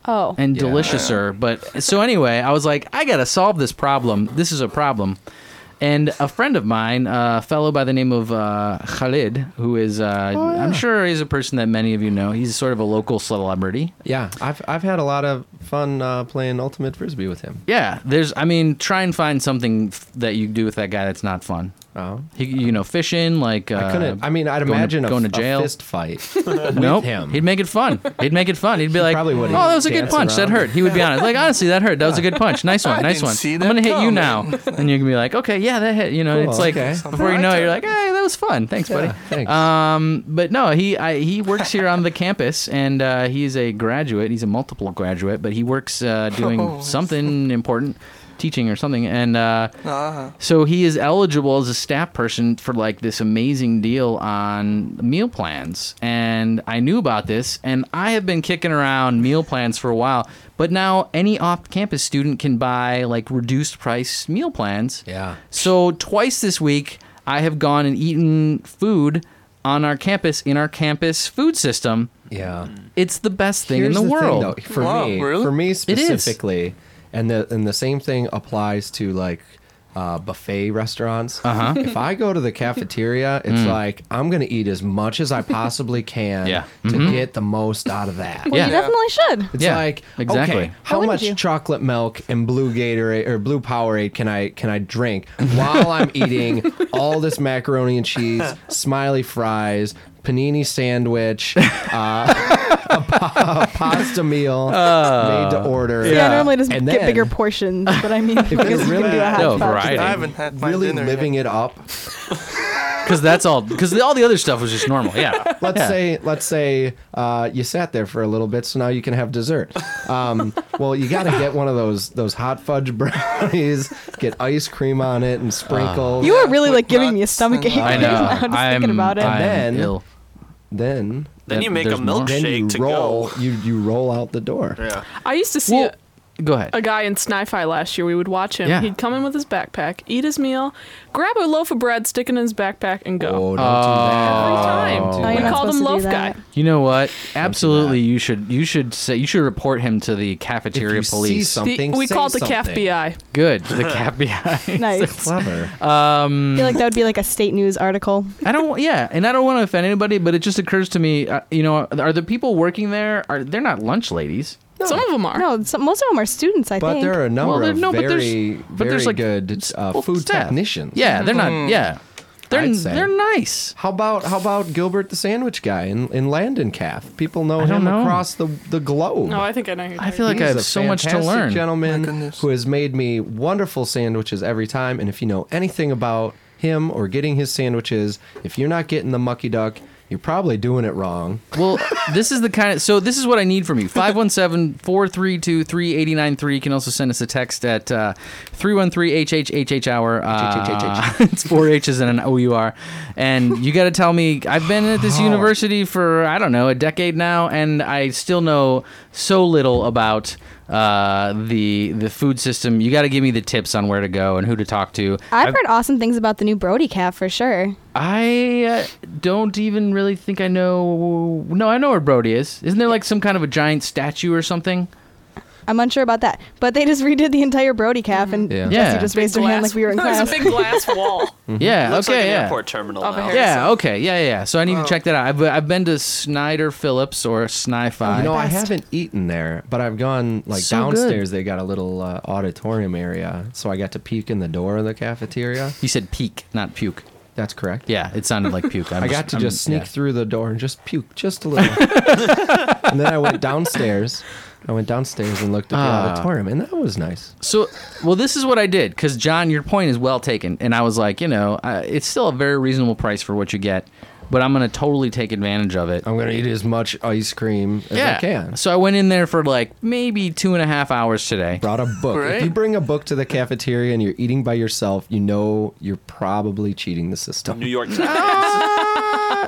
[SPEAKER 1] Oh.
[SPEAKER 3] and
[SPEAKER 4] Yeah.
[SPEAKER 3] deliciouser. But so anyway, I was like, I gotta solve this problem. This is a problem. And a friend of mine, a fellow by the name of uh, Khalid, who is, uh, I'm sure he's a person that many of you know. He's sort of a local celebrity.
[SPEAKER 4] Yeah, I've I've had a lot of fun uh, playing ultimate frisbee with him.
[SPEAKER 3] Yeah, there's, I mean, try and find something f- that you do with that guy that's not fun.
[SPEAKER 4] Oh,
[SPEAKER 3] He, you know, fishing, like. Uh,
[SPEAKER 4] I couldn't. I mean, I'd imagine
[SPEAKER 3] going to
[SPEAKER 4] a,
[SPEAKER 3] jail.
[SPEAKER 4] a fist fight with
[SPEAKER 3] nope.
[SPEAKER 4] him.
[SPEAKER 3] He'd make it fun. He'd make it fun. He'd be like,
[SPEAKER 4] probably
[SPEAKER 3] "Oh,
[SPEAKER 4] wouldn't
[SPEAKER 3] that was a good
[SPEAKER 4] dance
[SPEAKER 3] punch. That
[SPEAKER 4] around.
[SPEAKER 3] hurt." He would be honest, like, "Honestly, that hurt. That was a good punch. Nice one.
[SPEAKER 6] I
[SPEAKER 3] nice
[SPEAKER 6] didn't
[SPEAKER 3] one.
[SPEAKER 6] see
[SPEAKER 3] I'm
[SPEAKER 6] that
[SPEAKER 3] gonna hit you
[SPEAKER 6] coming."
[SPEAKER 3] now." And you're gonna be like, "Okay, yeah, that hit." You know,
[SPEAKER 4] Cool,
[SPEAKER 3] it's like
[SPEAKER 4] okay.
[SPEAKER 3] before you know it, you're like, "Hey, that was fun. Thanks, buddy."
[SPEAKER 4] Yeah, thanks.
[SPEAKER 3] Um, but no, he I, he works here on the campus, and uh, he's a graduate. He's a multiple graduate, but he works uh, doing
[SPEAKER 6] Oh.
[SPEAKER 3] something important, teaching or something, and. Uh,
[SPEAKER 6] Ah.
[SPEAKER 3] so he is eligible as a staff person for like this amazing deal on meal plans. And I knew about this and I have been kicking around meal plans for a while, but now any off-campus student can buy like reduced price meal plans.
[SPEAKER 4] Yeah.
[SPEAKER 3] So twice this week I have gone and eaten food on our campus in our campus food system.
[SPEAKER 4] yeah.
[SPEAKER 3] It's the best thing
[SPEAKER 4] Here's
[SPEAKER 3] in the, world.
[SPEAKER 4] Thing, though, for
[SPEAKER 6] Wow,
[SPEAKER 4] me,
[SPEAKER 6] really?
[SPEAKER 4] for me
[SPEAKER 3] is.
[SPEAKER 4] specifically, and the and the same thing applies to like uh, buffet restaurants.
[SPEAKER 3] Uh-huh. Mm.
[SPEAKER 4] If I go to the cafeteria, it's like I'm gonna eat as much as I possibly can
[SPEAKER 3] Yeah. Mm-hmm.
[SPEAKER 4] to get the most out of that.
[SPEAKER 1] Well, you
[SPEAKER 3] Yeah.
[SPEAKER 1] definitely should.
[SPEAKER 4] It's
[SPEAKER 3] Yeah,
[SPEAKER 4] like
[SPEAKER 3] exactly.
[SPEAKER 4] okay,
[SPEAKER 1] Why
[SPEAKER 4] how
[SPEAKER 1] wouldn't
[SPEAKER 4] much
[SPEAKER 1] you?
[SPEAKER 4] chocolate milk and blue Gatorade or blue Powerade can I can I drink while I'm eating all this macaroni and cheese, smiley fries, panini sandwich, uh, a pa- a pasta meal
[SPEAKER 3] Uh,
[SPEAKER 4] made to order.
[SPEAKER 1] Yeah, I normally just
[SPEAKER 4] And
[SPEAKER 1] get
[SPEAKER 4] then-
[SPEAKER 1] bigger portions, but I mean, I
[SPEAKER 4] you're
[SPEAKER 1] guess you
[SPEAKER 4] really-
[SPEAKER 1] can do a hot
[SPEAKER 3] No,
[SPEAKER 1] pot.
[SPEAKER 3] variety.
[SPEAKER 6] I haven't had my
[SPEAKER 4] Really
[SPEAKER 6] dinner
[SPEAKER 4] living
[SPEAKER 6] yet.
[SPEAKER 4] it up.
[SPEAKER 3] Cuz that's all cuz all the other stuff was just normal. Yeah.
[SPEAKER 4] Let's
[SPEAKER 3] Yeah.
[SPEAKER 4] say let's say uh, you sat there for a little bit, so now you can have dessert. Um, well, you got to get one of those those hot fudge brownies, get ice cream on it, and
[SPEAKER 3] Ah.
[SPEAKER 4] sprinkles.
[SPEAKER 1] You are really like giving me a
[SPEAKER 6] nuts
[SPEAKER 1] stomach ache.
[SPEAKER 3] I
[SPEAKER 1] right
[SPEAKER 3] know.
[SPEAKER 1] now, just
[SPEAKER 3] I'm,
[SPEAKER 1] thinking about it.
[SPEAKER 3] I'm
[SPEAKER 4] Then-
[SPEAKER 3] ill.
[SPEAKER 4] then
[SPEAKER 7] Then
[SPEAKER 3] That-
[SPEAKER 7] you make a
[SPEAKER 3] there's more.
[SPEAKER 7] milkshake
[SPEAKER 4] then you
[SPEAKER 7] to
[SPEAKER 4] roll
[SPEAKER 7] go.
[SPEAKER 4] you you roll out the door.
[SPEAKER 7] Yeah.
[SPEAKER 5] I used to see
[SPEAKER 3] Well,
[SPEAKER 5] it.
[SPEAKER 3] Go ahead.
[SPEAKER 5] a guy in Sni-Fi last year. We would watch him.
[SPEAKER 3] Yeah.
[SPEAKER 5] He'd come in with his backpack, eat his meal, grab a loaf of bread, stick it in his backpack, and go.
[SPEAKER 4] Oh, don't do
[SPEAKER 5] Every
[SPEAKER 4] that.
[SPEAKER 5] time.
[SPEAKER 4] Don't do
[SPEAKER 1] Oh,
[SPEAKER 5] we
[SPEAKER 1] you're
[SPEAKER 4] that.
[SPEAKER 1] not
[SPEAKER 5] called him
[SPEAKER 1] supposed to do
[SPEAKER 5] Loaf Guy.
[SPEAKER 1] that.
[SPEAKER 3] You know what? Absolutely, you should you should say you should report him to the
[SPEAKER 4] If
[SPEAKER 3] cafeteria
[SPEAKER 4] you see
[SPEAKER 3] police.
[SPEAKER 5] The-
[SPEAKER 4] something,
[SPEAKER 5] we
[SPEAKER 4] say
[SPEAKER 5] call it the
[SPEAKER 4] something.
[SPEAKER 5] CAF BI.
[SPEAKER 3] Good, the FBI.
[SPEAKER 1] Nice.
[SPEAKER 4] Clever.
[SPEAKER 1] I feel like that would be like a state news article.
[SPEAKER 3] I don't. Yeah, and I don't want to offend anybody, but it just occurs to me, uh, you know, are the people working there are they're not lunch ladies?
[SPEAKER 5] Some of them are.
[SPEAKER 1] No, some, most of them are students, I
[SPEAKER 4] But
[SPEAKER 1] think.
[SPEAKER 4] there are a number
[SPEAKER 3] there-
[SPEAKER 4] of
[SPEAKER 3] no, but
[SPEAKER 4] very,
[SPEAKER 3] there's-
[SPEAKER 4] very
[SPEAKER 3] but there's, like,
[SPEAKER 4] good uh,
[SPEAKER 3] Well,
[SPEAKER 4] food
[SPEAKER 3] staff.
[SPEAKER 4] technicians. Mm-hmm.
[SPEAKER 3] Yeah, they're not. Yeah, they're
[SPEAKER 4] I'd say.
[SPEAKER 3] they're nice.
[SPEAKER 4] How about how about Gilbert the sandwich guy in, in Landon Calf? People know
[SPEAKER 3] don't
[SPEAKER 4] him
[SPEAKER 3] know.
[SPEAKER 4] across the the globe.
[SPEAKER 5] No, I think I know. who you're
[SPEAKER 3] I feel
[SPEAKER 5] talking
[SPEAKER 3] like I
[SPEAKER 4] He's
[SPEAKER 3] have
[SPEAKER 4] a
[SPEAKER 3] so much to
[SPEAKER 4] fantastic
[SPEAKER 3] learn.
[SPEAKER 4] Gentleman
[SPEAKER 6] My goodness.
[SPEAKER 4] who has made me wonderful sandwiches every time. And if you know anything about him or getting his sandwiches, if you're not getting the mucky duck, you're probably doing it wrong.
[SPEAKER 3] Well, this is the kind of so this is what I need from you. 517-432-3893. You can also send us a text at uh 313 hour. Uh, it's four H's and an O U R. And you got to tell me I've been at this university for I don't know, a decade now and I still know so little about uh, the the food system. You got to give me the tips on where to go and who to talk to.
[SPEAKER 1] I've, heard awesome things about the new Brody calf for sure.
[SPEAKER 3] I uh, don't even really think I know. No, I know where Brody is. Isn't there like some kind of a giant statue or something?
[SPEAKER 1] I'm unsure about that, but they just redid the entire Brody calf, and
[SPEAKER 4] Yeah.
[SPEAKER 1] Jessie
[SPEAKER 3] Yeah.
[SPEAKER 1] just raised her hand like we were in
[SPEAKER 5] about.
[SPEAKER 1] class.
[SPEAKER 5] There's a big glass wall.
[SPEAKER 4] Mm-hmm.
[SPEAKER 3] Yeah.
[SPEAKER 7] Looks
[SPEAKER 3] okay.
[SPEAKER 7] like an
[SPEAKER 3] yeah.
[SPEAKER 7] airport terminal
[SPEAKER 5] Up
[SPEAKER 7] now.
[SPEAKER 5] here.
[SPEAKER 3] Yeah. Okay. Yeah. Yeah. yeah. So I need to check that out. I've, I've been to Snyder Phillips or Sni-Fi.
[SPEAKER 4] Uh, You know, I
[SPEAKER 1] best.
[SPEAKER 4] haven't eaten there, but I've gone like
[SPEAKER 3] So good.
[SPEAKER 4] downstairs. They got a little uh, auditorium area, so I got to peek in the door of the cafeteria.
[SPEAKER 3] you said peak, not puke.
[SPEAKER 4] That's correct.
[SPEAKER 3] Yeah, it sounded like puke. I'm
[SPEAKER 4] I got to
[SPEAKER 3] I'm-
[SPEAKER 4] just sneak
[SPEAKER 3] yeah.
[SPEAKER 4] through the door and just puke just a little. and then I went downstairs. I went downstairs and looked at
[SPEAKER 3] Ah.
[SPEAKER 4] the auditorium, and that was nice.
[SPEAKER 3] So, well, this is what I did because John, your point is well taken, and I was like, you know, uh, it's still a very reasonable price for what you get, but I'm gonna totally take advantage of it.
[SPEAKER 4] I'm gonna eat as much ice cream as I can.
[SPEAKER 3] So I went in there for like maybe two and a half hours today.
[SPEAKER 4] Brought a book. If
[SPEAKER 6] Great.
[SPEAKER 4] you bring a book to the cafeteria and you're eating by yourself, you know you're probably cheating the
[SPEAKER 7] New
[SPEAKER 4] system.
[SPEAKER 7] York Times.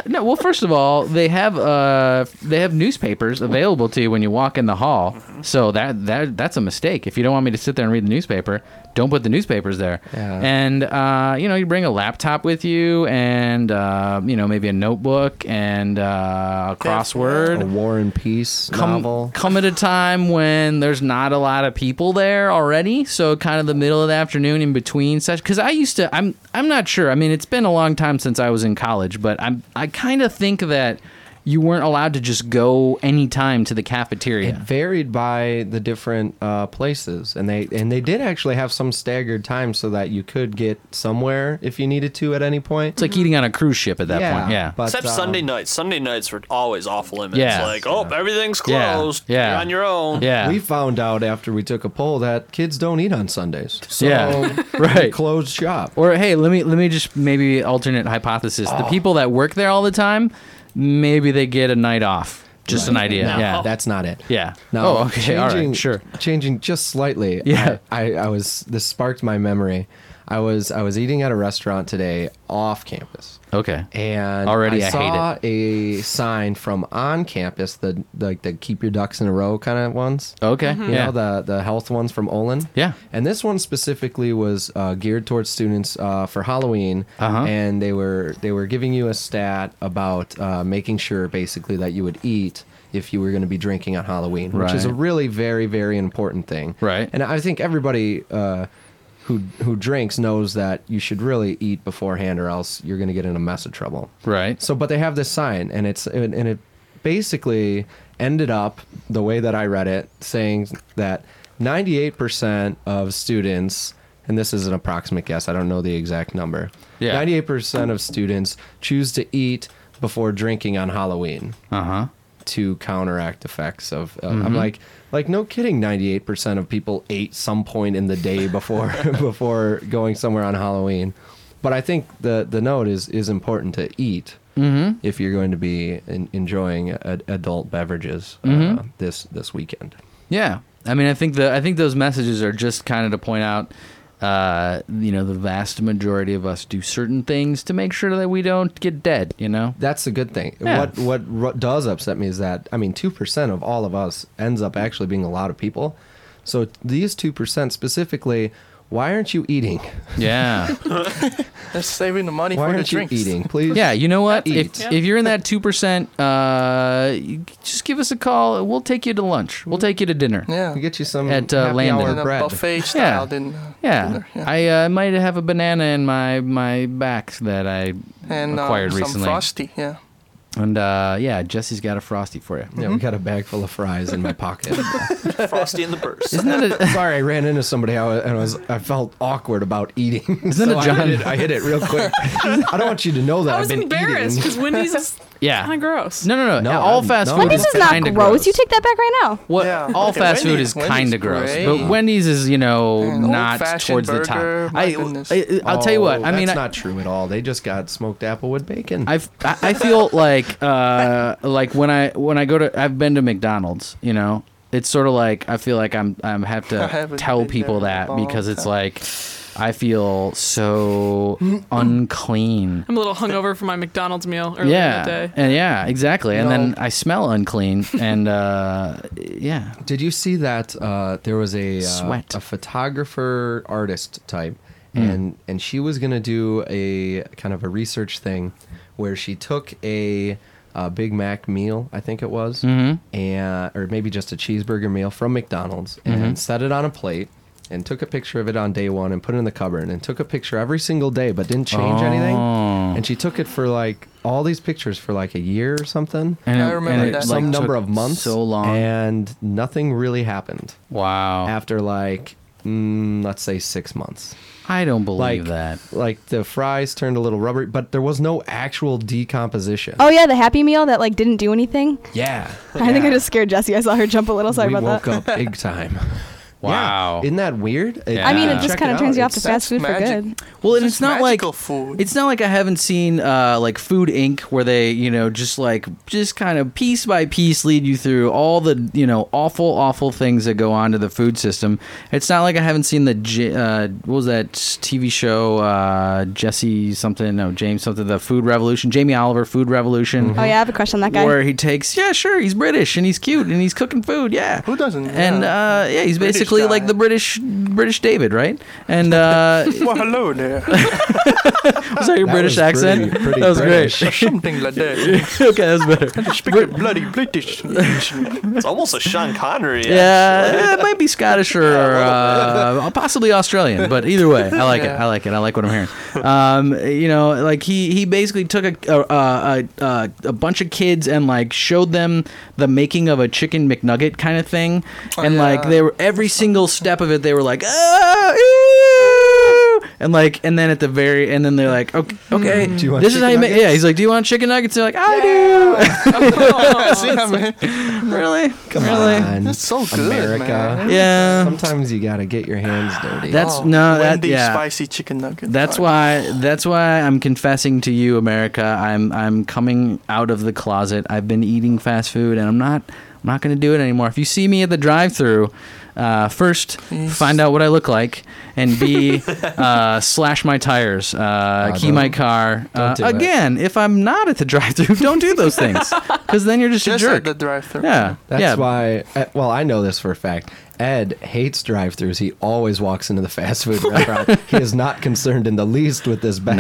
[SPEAKER 3] No, well, first of all, they have uh they have newspapers available to you when you walk in the hall. So that that that's a mistake. If you don't want me to sit there and read the newspaper, don't put the newspapers there.
[SPEAKER 4] Yeah.
[SPEAKER 3] And uh, you know, you bring a laptop with you, and uh, you know, maybe a notebook and uh, a
[SPEAKER 4] A
[SPEAKER 3] crossword.
[SPEAKER 4] War and Peace novel.
[SPEAKER 3] come at a time when there's not a lot of people there already so kind of the middle of the afternoon in between sessions because i used to i'm i'm not sure i mean it's been a long time since i was in college but i'm i kind of think that you weren't allowed to just go anytime to the
[SPEAKER 4] It
[SPEAKER 3] cafeteria
[SPEAKER 4] varied by the different uh, places, and they and they did actually have some staggered times so that you could get somewhere if you needed to at any point.
[SPEAKER 3] it's like eating on a cruise ship at that point yeah
[SPEAKER 4] but,
[SPEAKER 7] Except
[SPEAKER 4] um,
[SPEAKER 7] Sunday nights. Sunday nights were always off limits.
[SPEAKER 3] Yeah.
[SPEAKER 7] Like, oh, everything's
[SPEAKER 3] Yeah.
[SPEAKER 7] closed.
[SPEAKER 3] Yeah.
[SPEAKER 7] You're on your own.
[SPEAKER 3] yeah
[SPEAKER 4] We found out after we took a poll that kids don't eat on Sundays. So
[SPEAKER 3] Yeah.
[SPEAKER 4] we
[SPEAKER 3] right
[SPEAKER 4] closed shop.
[SPEAKER 3] Or hey, let me let me just maybe alternate hypothesis.
[SPEAKER 7] Oh.
[SPEAKER 3] The people that work there all the time, maybe they get a night off. Just an idea.
[SPEAKER 4] No,
[SPEAKER 3] yeah.
[SPEAKER 4] that's not it.
[SPEAKER 3] yeah.
[SPEAKER 4] No.
[SPEAKER 3] oh, okay. all right. Sure.
[SPEAKER 4] Changing just slightly.
[SPEAKER 3] Yeah.
[SPEAKER 4] I, I, I was. This sparked my memory. I was. I was eating at a restaurant today off campus,
[SPEAKER 3] Okay.
[SPEAKER 4] and
[SPEAKER 3] Already I hate
[SPEAKER 4] saw a sign from on campus, the like the keep your ducks in a row kind of ones.
[SPEAKER 3] Okay.
[SPEAKER 4] You
[SPEAKER 3] Mm-hmm. Yeah.
[SPEAKER 4] know the the health ones from Olin.
[SPEAKER 3] Yeah.
[SPEAKER 4] And this one specifically was uh, geared towards students uh, for Halloween,
[SPEAKER 3] Uh-huh.
[SPEAKER 4] and they were they were giving you a stat about uh, making sure basically that you would eat if you were going to be drinking on Halloween, which is a
[SPEAKER 3] Right.
[SPEAKER 4] really very very important thing.
[SPEAKER 3] Right.
[SPEAKER 4] And I think everybody. Uh, who, who drinks knows that you should really eat beforehand or else you're going to get in a mess of trouble.
[SPEAKER 3] right.
[SPEAKER 4] So, but they have this sign, and it's and and it basically ended up the way that I read it, saying that 98% of students, and this is an approximate guess, I don't know the exact number.
[SPEAKER 3] Yeah.
[SPEAKER 4] 98% of students choose to eat before drinking on Halloween
[SPEAKER 3] Uh huh.
[SPEAKER 4] to counteract effects of. of
[SPEAKER 3] Mm-hmm.
[SPEAKER 4] I'm like, like no kidding. 98% of people ate some point in the day before before going somewhere on Halloween. But I think the the note is is important to eat
[SPEAKER 3] Mm-hmm.
[SPEAKER 4] if you're going to be en- enjoying ad- adult beverages
[SPEAKER 3] Mm-hmm.
[SPEAKER 4] uh, this this weekend.
[SPEAKER 3] Yeah. I mean, I think the I think those messages are just kind of to point out, uh, you know, the vast majority of us do certain things to make sure that we don't get dead. You know.
[SPEAKER 4] That's a good thing.
[SPEAKER 3] Yeah.
[SPEAKER 4] What, what what does upset me is that I mean, two percent of all of us ends up actually being a lot of people. So these two percent specifically, why aren't you eating?
[SPEAKER 3] Yeah.
[SPEAKER 6] They're saving the money
[SPEAKER 4] Why
[SPEAKER 6] for the
[SPEAKER 4] aren't you
[SPEAKER 6] drinks.
[SPEAKER 4] eating? Please.
[SPEAKER 3] Yeah, you know what? If,
[SPEAKER 4] Eat.
[SPEAKER 3] if you're in that 2%, uh, you- just give us a call. We'll take you to lunch. We'll take you to dinner.
[SPEAKER 6] Mm-hmm. Yeah.
[SPEAKER 4] We get you some
[SPEAKER 3] At, uh,
[SPEAKER 4] happy
[SPEAKER 3] Landon.
[SPEAKER 4] hour
[SPEAKER 6] In a
[SPEAKER 4] bread.
[SPEAKER 6] buffet style.
[SPEAKER 3] Yeah.
[SPEAKER 6] Then,
[SPEAKER 3] Yeah.
[SPEAKER 6] dinner,
[SPEAKER 3] I uh, might have a banana in my, my back that I
[SPEAKER 6] and uh,
[SPEAKER 3] acquired
[SPEAKER 6] some
[SPEAKER 3] recently.
[SPEAKER 6] frosty. Yeah.
[SPEAKER 3] And uh, yeah, Jesse's got a Frosty for you.
[SPEAKER 4] Yeah, we got a bag full of fries in my pocket.
[SPEAKER 7] Frosty in the burst.
[SPEAKER 3] Isn't that a,
[SPEAKER 4] Sorry, I ran into somebody I was, and I was I felt awkward about eating.
[SPEAKER 3] Isn't it
[SPEAKER 4] So I
[SPEAKER 3] John-
[SPEAKER 4] hit it, I hit it real quick. I don't want you to know that
[SPEAKER 5] I was
[SPEAKER 4] have been
[SPEAKER 5] embarrassed
[SPEAKER 4] eating.
[SPEAKER 5] because Wendy's is
[SPEAKER 3] yeah?
[SPEAKER 5] kind of gross.
[SPEAKER 3] No, no, no.
[SPEAKER 4] No,
[SPEAKER 3] all
[SPEAKER 4] I'm-
[SPEAKER 3] fast
[SPEAKER 4] no,
[SPEAKER 3] food
[SPEAKER 4] I'm
[SPEAKER 1] Wendy's is not
[SPEAKER 3] Oh, kinda
[SPEAKER 1] gross. You take that back right now.
[SPEAKER 3] What
[SPEAKER 6] Yeah.
[SPEAKER 3] all
[SPEAKER 6] Okay,
[SPEAKER 3] fast food
[SPEAKER 6] Wendy's-
[SPEAKER 3] is
[SPEAKER 6] Wendy's
[SPEAKER 3] kind of gross,
[SPEAKER 6] great.
[SPEAKER 3] but Wendy's is you know
[SPEAKER 6] Man,
[SPEAKER 3] not
[SPEAKER 6] old-fashioned
[SPEAKER 3] towards
[SPEAKER 6] burger, my
[SPEAKER 3] the top.
[SPEAKER 6] goodness.
[SPEAKER 3] I, I, I'll tell you what.
[SPEAKER 4] Oh,
[SPEAKER 3] I mean,
[SPEAKER 4] that's
[SPEAKER 3] I,
[SPEAKER 4] not true at all. They just got smoked applewood bacon.
[SPEAKER 3] I've, I I feel like uh, like when I when I go to I've been to McDonald's, you know. It's sort of like I feel like I'm I'm have
[SPEAKER 6] I
[SPEAKER 3] to
[SPEAKER 6] haven't
[SPEAKER 3] tell
[SPEAKER 6] been
[SPEAKER 3] people
[SPEAKER 6] there in a
[SPEAKER 3] that
[SPEAKER 6] long
[SPEAKER 3] because it's
[SPEAKER 6] time.
[SPEAKER 3] like I feel so unclean.
[SPEAKER 5] I'm a little hungover from my McDonald's meal earlier
[SPEAKER 3] Yeah.
[SPEAKER 5] in the day.
[SPEAKER 3] And yeah, exactly. And then
[SPEAKER 6] No.
[SPEAKER 3] I smell unclean and uh yeah.
[SPEAKER 4] Did you see that uh, there was a uh,
[SPEAKER 3] Sweat. Hmm.
[SPEAKER 4] a photographer artist type, and and she was gonna do a kind of a research thing, where she took a, uh Big Mac meal, I think it was,
[SPEAKER 3] Mm-hmm.
[SPEAKER 4] and or maybe just a cheeseburger meal from McDonald's,
[SPEAKER 3] Mm-hmm.
[SPEAKER 4] and set it on a plate. And took a picture of it on day one and put it in the cupboard and took a picture every single day but didn't change anything.
[SPEAKER 3] Oh.
[SPEAKER 4] And she took it for like all these pictures for like a year or something
[SPEAKER 3] And
[SPEAKER 6] I remember that.
[SPEAKER 4] some
[SPEAKER 6] like,
[SPEAKER 4] number
[SPEAKER 3] took
[SPEAKER 4] of months
[SPEAKER 3] So long. Oh.
[SPEAKER 4] and nothing really happened
[SPEAKER 3] wow.
[SPEAKER 4] after like mm, let's say six months
[SPEAKER 3] I
[SPEAKER 4] like
[SPEAKER 3] don't believe that.
[SPEAKER 4] like the fries turned a little rubbery but there was no actual decomposition
[SPEAKER 1] Oh yeah, the Happy Meal that like didn't do anything.
[SPEAKER 4] yeah
[SPEAKER 1] I think I
[SPEAKER 4] Yeah.
[SPEAKER 1] just scared Jessie. I saw her jump a little. Sorry
[SPEAKER 4] we
[SPEAKER 1] about
[SPEAKER 4] woke
[SPEAKER 1] that.
[SPEAKER 4] up big time Yeah.
[SPEAKER 3] Wow.
[SPEAKER 4] isn't that weird It-
[SPEAKER 3] Yeah.
[SPEAKER 1] I mean, it just
[SPEAKER 4] check
[SPEAKER 1] kind of
[SPEAKER 4] out.
[SPEAKER 1] turns you off to
[SPEAKER 4] It's-
[SPEAKER 1] fast
[SPEAKER 6] that's
[SPEAKER 1] food for
[SPEAKER 6] magic.
[SPEAKER 1] good.
[SPEAKER 3] Well, and
[SPEAKER 6] It's
[SPEAKER 3] it's not like
[SPEAKER 6] magical food.
[SPEAKER 3] it's not like I haven't seen uh, like Food Inc. where they you know just like just kind of piece by piece lead you through all the you know awful awful things that go on to the food system. It's not like I haven't seen the J- uh, what was that TV show uh, Jesse something no James something the Food Revolution Jamie Oliver Food Revolution.
[SPEAKER 1] Oh yeah, I have a crush on that guy.
[SPEAKER 3] Where he takes, yeah, sure, he's British and he's cute and he's cooking food, yeah.
[SPEAKER 6] Who doesn't?
[SPEAKER 3] And
[SPEAKER 6] Yeah.
[SPEAKER 3] uh, yeah, he's
[SPEAKER 6] British
[SPEAKER 3] basically
[SPEAKER 6] guy.
[SPEAKER 3] like the British British David, right? And uh,
[SPEAKER 6] Well, hello there.
[SPEAKER 3] was that your
[SPEAKER 4] That
[SPEAKER 3] British
[SPEAKER 4] was pretty-
[SPEAKER 3] accent?
[SPEAKER 4] pretty
[SPEAKER 3] that was
[SPEAKER 4] British.
[SPEAKER 3] great.
[SPEAKER 6] Something like that.
[SPEAKER 3] okay, that's better.
[SPEAKER 6] You Speak the bloody British.
[SPEAKER 7] It's almost a Sean Connery. uh,
[SPEAKER 3] Yeah, eh, it might be Scottish or uh, possibly Australian, but either way, I like it.
[SPEAKER 6] Yeah.
[SPEAKER 3] I like it. I like what I'm hearing. Um, you know, like he he basically took a a, a a a bunch of kids and like showed them the making of a chicken McNugget kind of thing, and like they were every single step of it, they were like, ah, ew," and like, and then at the very, and then they're like, okay, okay
[SPEAKER 4] Do you want
[SPEAKER 3] this is how you
[SPEAKER 4] chicken
[SPEAKER 3] make. Yeah, he's like, do you want chicken nuggets? They're like, I do.
[SPEAKER 6] yeah, man.
[SPEAKER 3] really?
[SPEAKER 4] come
[SPEAKER 3] really?
[SPEAKER 4] on
[SPEAKER 6] That's so good,
[SPEAKER 4] america
[SPEAKER 6] man. Oh,
[SPEAKER 3] Yeah.
[SPEAKER 4] sometimes you gotta get your hands dirty
[SPEAKER 3] That's no, that,
[SPEAKER 6] Wendy's
[SPEAKER 3] yeah.
[SPEAKER 6] spicy chicken nugget.
[SPEAKER 3] That's
[SPEAKER 6] All right.
[SPEAKER 3] why. That's why I'm confessing to you, America. I'm I'm coming out of the closet. I've been eating fast food, and I'm not I'm not going to do it anymore. If you see me at the drive-through, uh, first find out what I look like, and B uh, slash my tires, uh, key
[SPEAKER 4] Ah, don't-
[SPEAKER 3] my car. Uh,
[SPEAKER 4] do it.
[SPEAKER 3] again, if I'm not at the drive-through, don't do those things, because then you're just,
[SPEAKER 6] Just
[SPEAKER 3] a
[SPEAKER 6] at
[SPEAKER 3] jerk.
[SPEAKER 6] the drive-thru.
[SPEAKER 3] yeah,
[SPEAKER 4] That's
[SPEAKER 3] yeah.
[SPEAKER 4] why. eh, Well, I know this for a fact. Ed hates drive-throughs. He always walks into the fast food restaurant. he is not concerned in the least with this bag.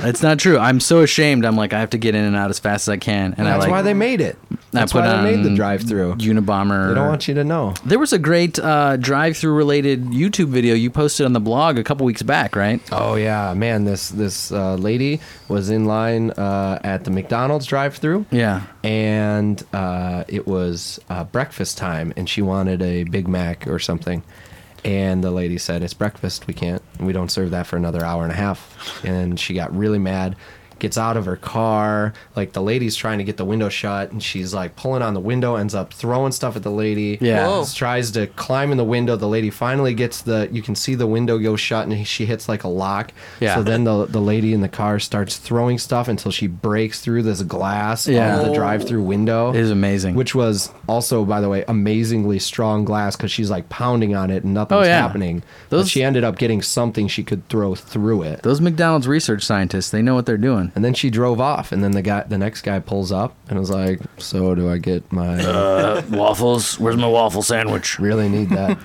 [SPEAKER 3] No, it's not true. I'm so ashamed. I'm like I have to get in and out as fast as I can, and I
[SPEAKER 4] That's
[SPEAKER 3] like
[SPEAKER 4] why they made it. That's
[SPEAKER 3] put
[SPEAKER 4] why they made the
[SPEAKER 3] on
[SPEAKER 4] drive-through.
[SPEAKER 3] Unabomber.
[SPEAKER 4] They don't want you to know.
[SPEAKER 3] There was a great uh, drive-through related YouTube video you posted on the blog a couple weeks back, right?
[SPEAKER 4] Oh yeah, man! This this uh, lady was in line uh, at the McDonald's drive-through.
[SPEAKER 3] Yeah.
[SPEAKER 4] and uh, it was uh, breakfast time, and she wanted a Big Mac or something. And the lady said, "It's breakfast. We can't. We don't serve that for another hour and a half." And she got really mad. Gets out of her car. Like the lady's trying to get the window shut, and she's like pulling on the window. Ends up throwing stuff at the lady.
[SPEAKER 3] Yeah. Whoa.
[SPEAKER 4] Tries to climb in the window. The lady finally gets the. You can see the window go shut, and she hits like a lock.
[SPEAKER 3] Yeah.
[SPEAKER 4] So then the the lady in the car starts throwing stuff until she breaks through this glass
[SPEAKER 3] Yeah.
[SPEAKER 4] yeah. the drive-through window.
[SPEAKER 3] It is amazing.
[SPEAKER 4] Which was also, by the way, amazingly strong glass because she's like pounding on it and nothing's
[SPEAKER 3] Oh, yeah.
[SPEAKER 4] happening.
[SPEAKER 3] Those-
[SPEAKER 4] But she ended up getting something she could throw through it.
[SPEAKER 3] Those McDonald's research scientists, they know what they're doing.
[SPEAKER 4] And then she drove off, and then the guy, the next guy, pulls up and was like, "So do I get my?
[SPEAKER 3] Waffles. Where's my waffle sandwich?
[SPEAKER 4] really need that."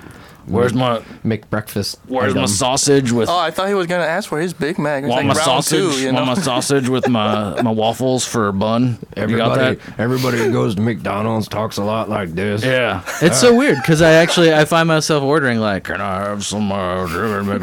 [SPEAKER 3] Where's my
[SPEAKER 4] McBreakfast.
[SPEAKER 3] Where's my
[SPEAKER 4] item.
[SPEAKER 3] sausage with?
[SPEAKER 6] Oh, I thought he was gonna ask for his Big Mac. It's
[SPEAKER 3] want
[SPEAKER 6] like
[SPEAKER 3] my
[SPEAKER 6] round
[SPEAKER 3] sausage?
[SPEAKER 6] two, you know?
[SPEAKER 3] want my sausage with my my waffles for a bun? you got that?
[SPEAKER 4] Everybody, everybody who goes to McDonald's talks a lot like this.
[SPEAKER 3] Yeah, it's so weird because I actually I find myself ordering like, can I have some? Uh,
[SPEAKER 4] I, I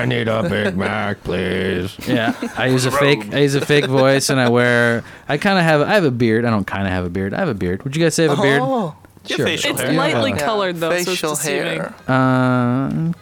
[SPEAKER 3] yeah,
[SPEAKER 4] need a Big Mac, please.
[SPEAKER 3] I use a fake I use a fake voice and I wear I kind of have I have a beard. I don't kind of have a beard. I have a beard. Would you guys say I have a beard?
[SPEAKER 6] Oh,
[SPEAKER 7] Your
[SPEAKER 4] Sure.
[SPEAKER 7] facial
[SPEAKER 5] It's
[SPEAKER 7] hair.
[SPEAKER 5] lightly
[SPEAKER 6] yeah.
[SPEAKER 5] colored though, so
[SPEAKER 6] facial
[SPEAKER 5] it's deceiving.
[SPEAKER 6] hair.
[SPEAKER 3] Uh,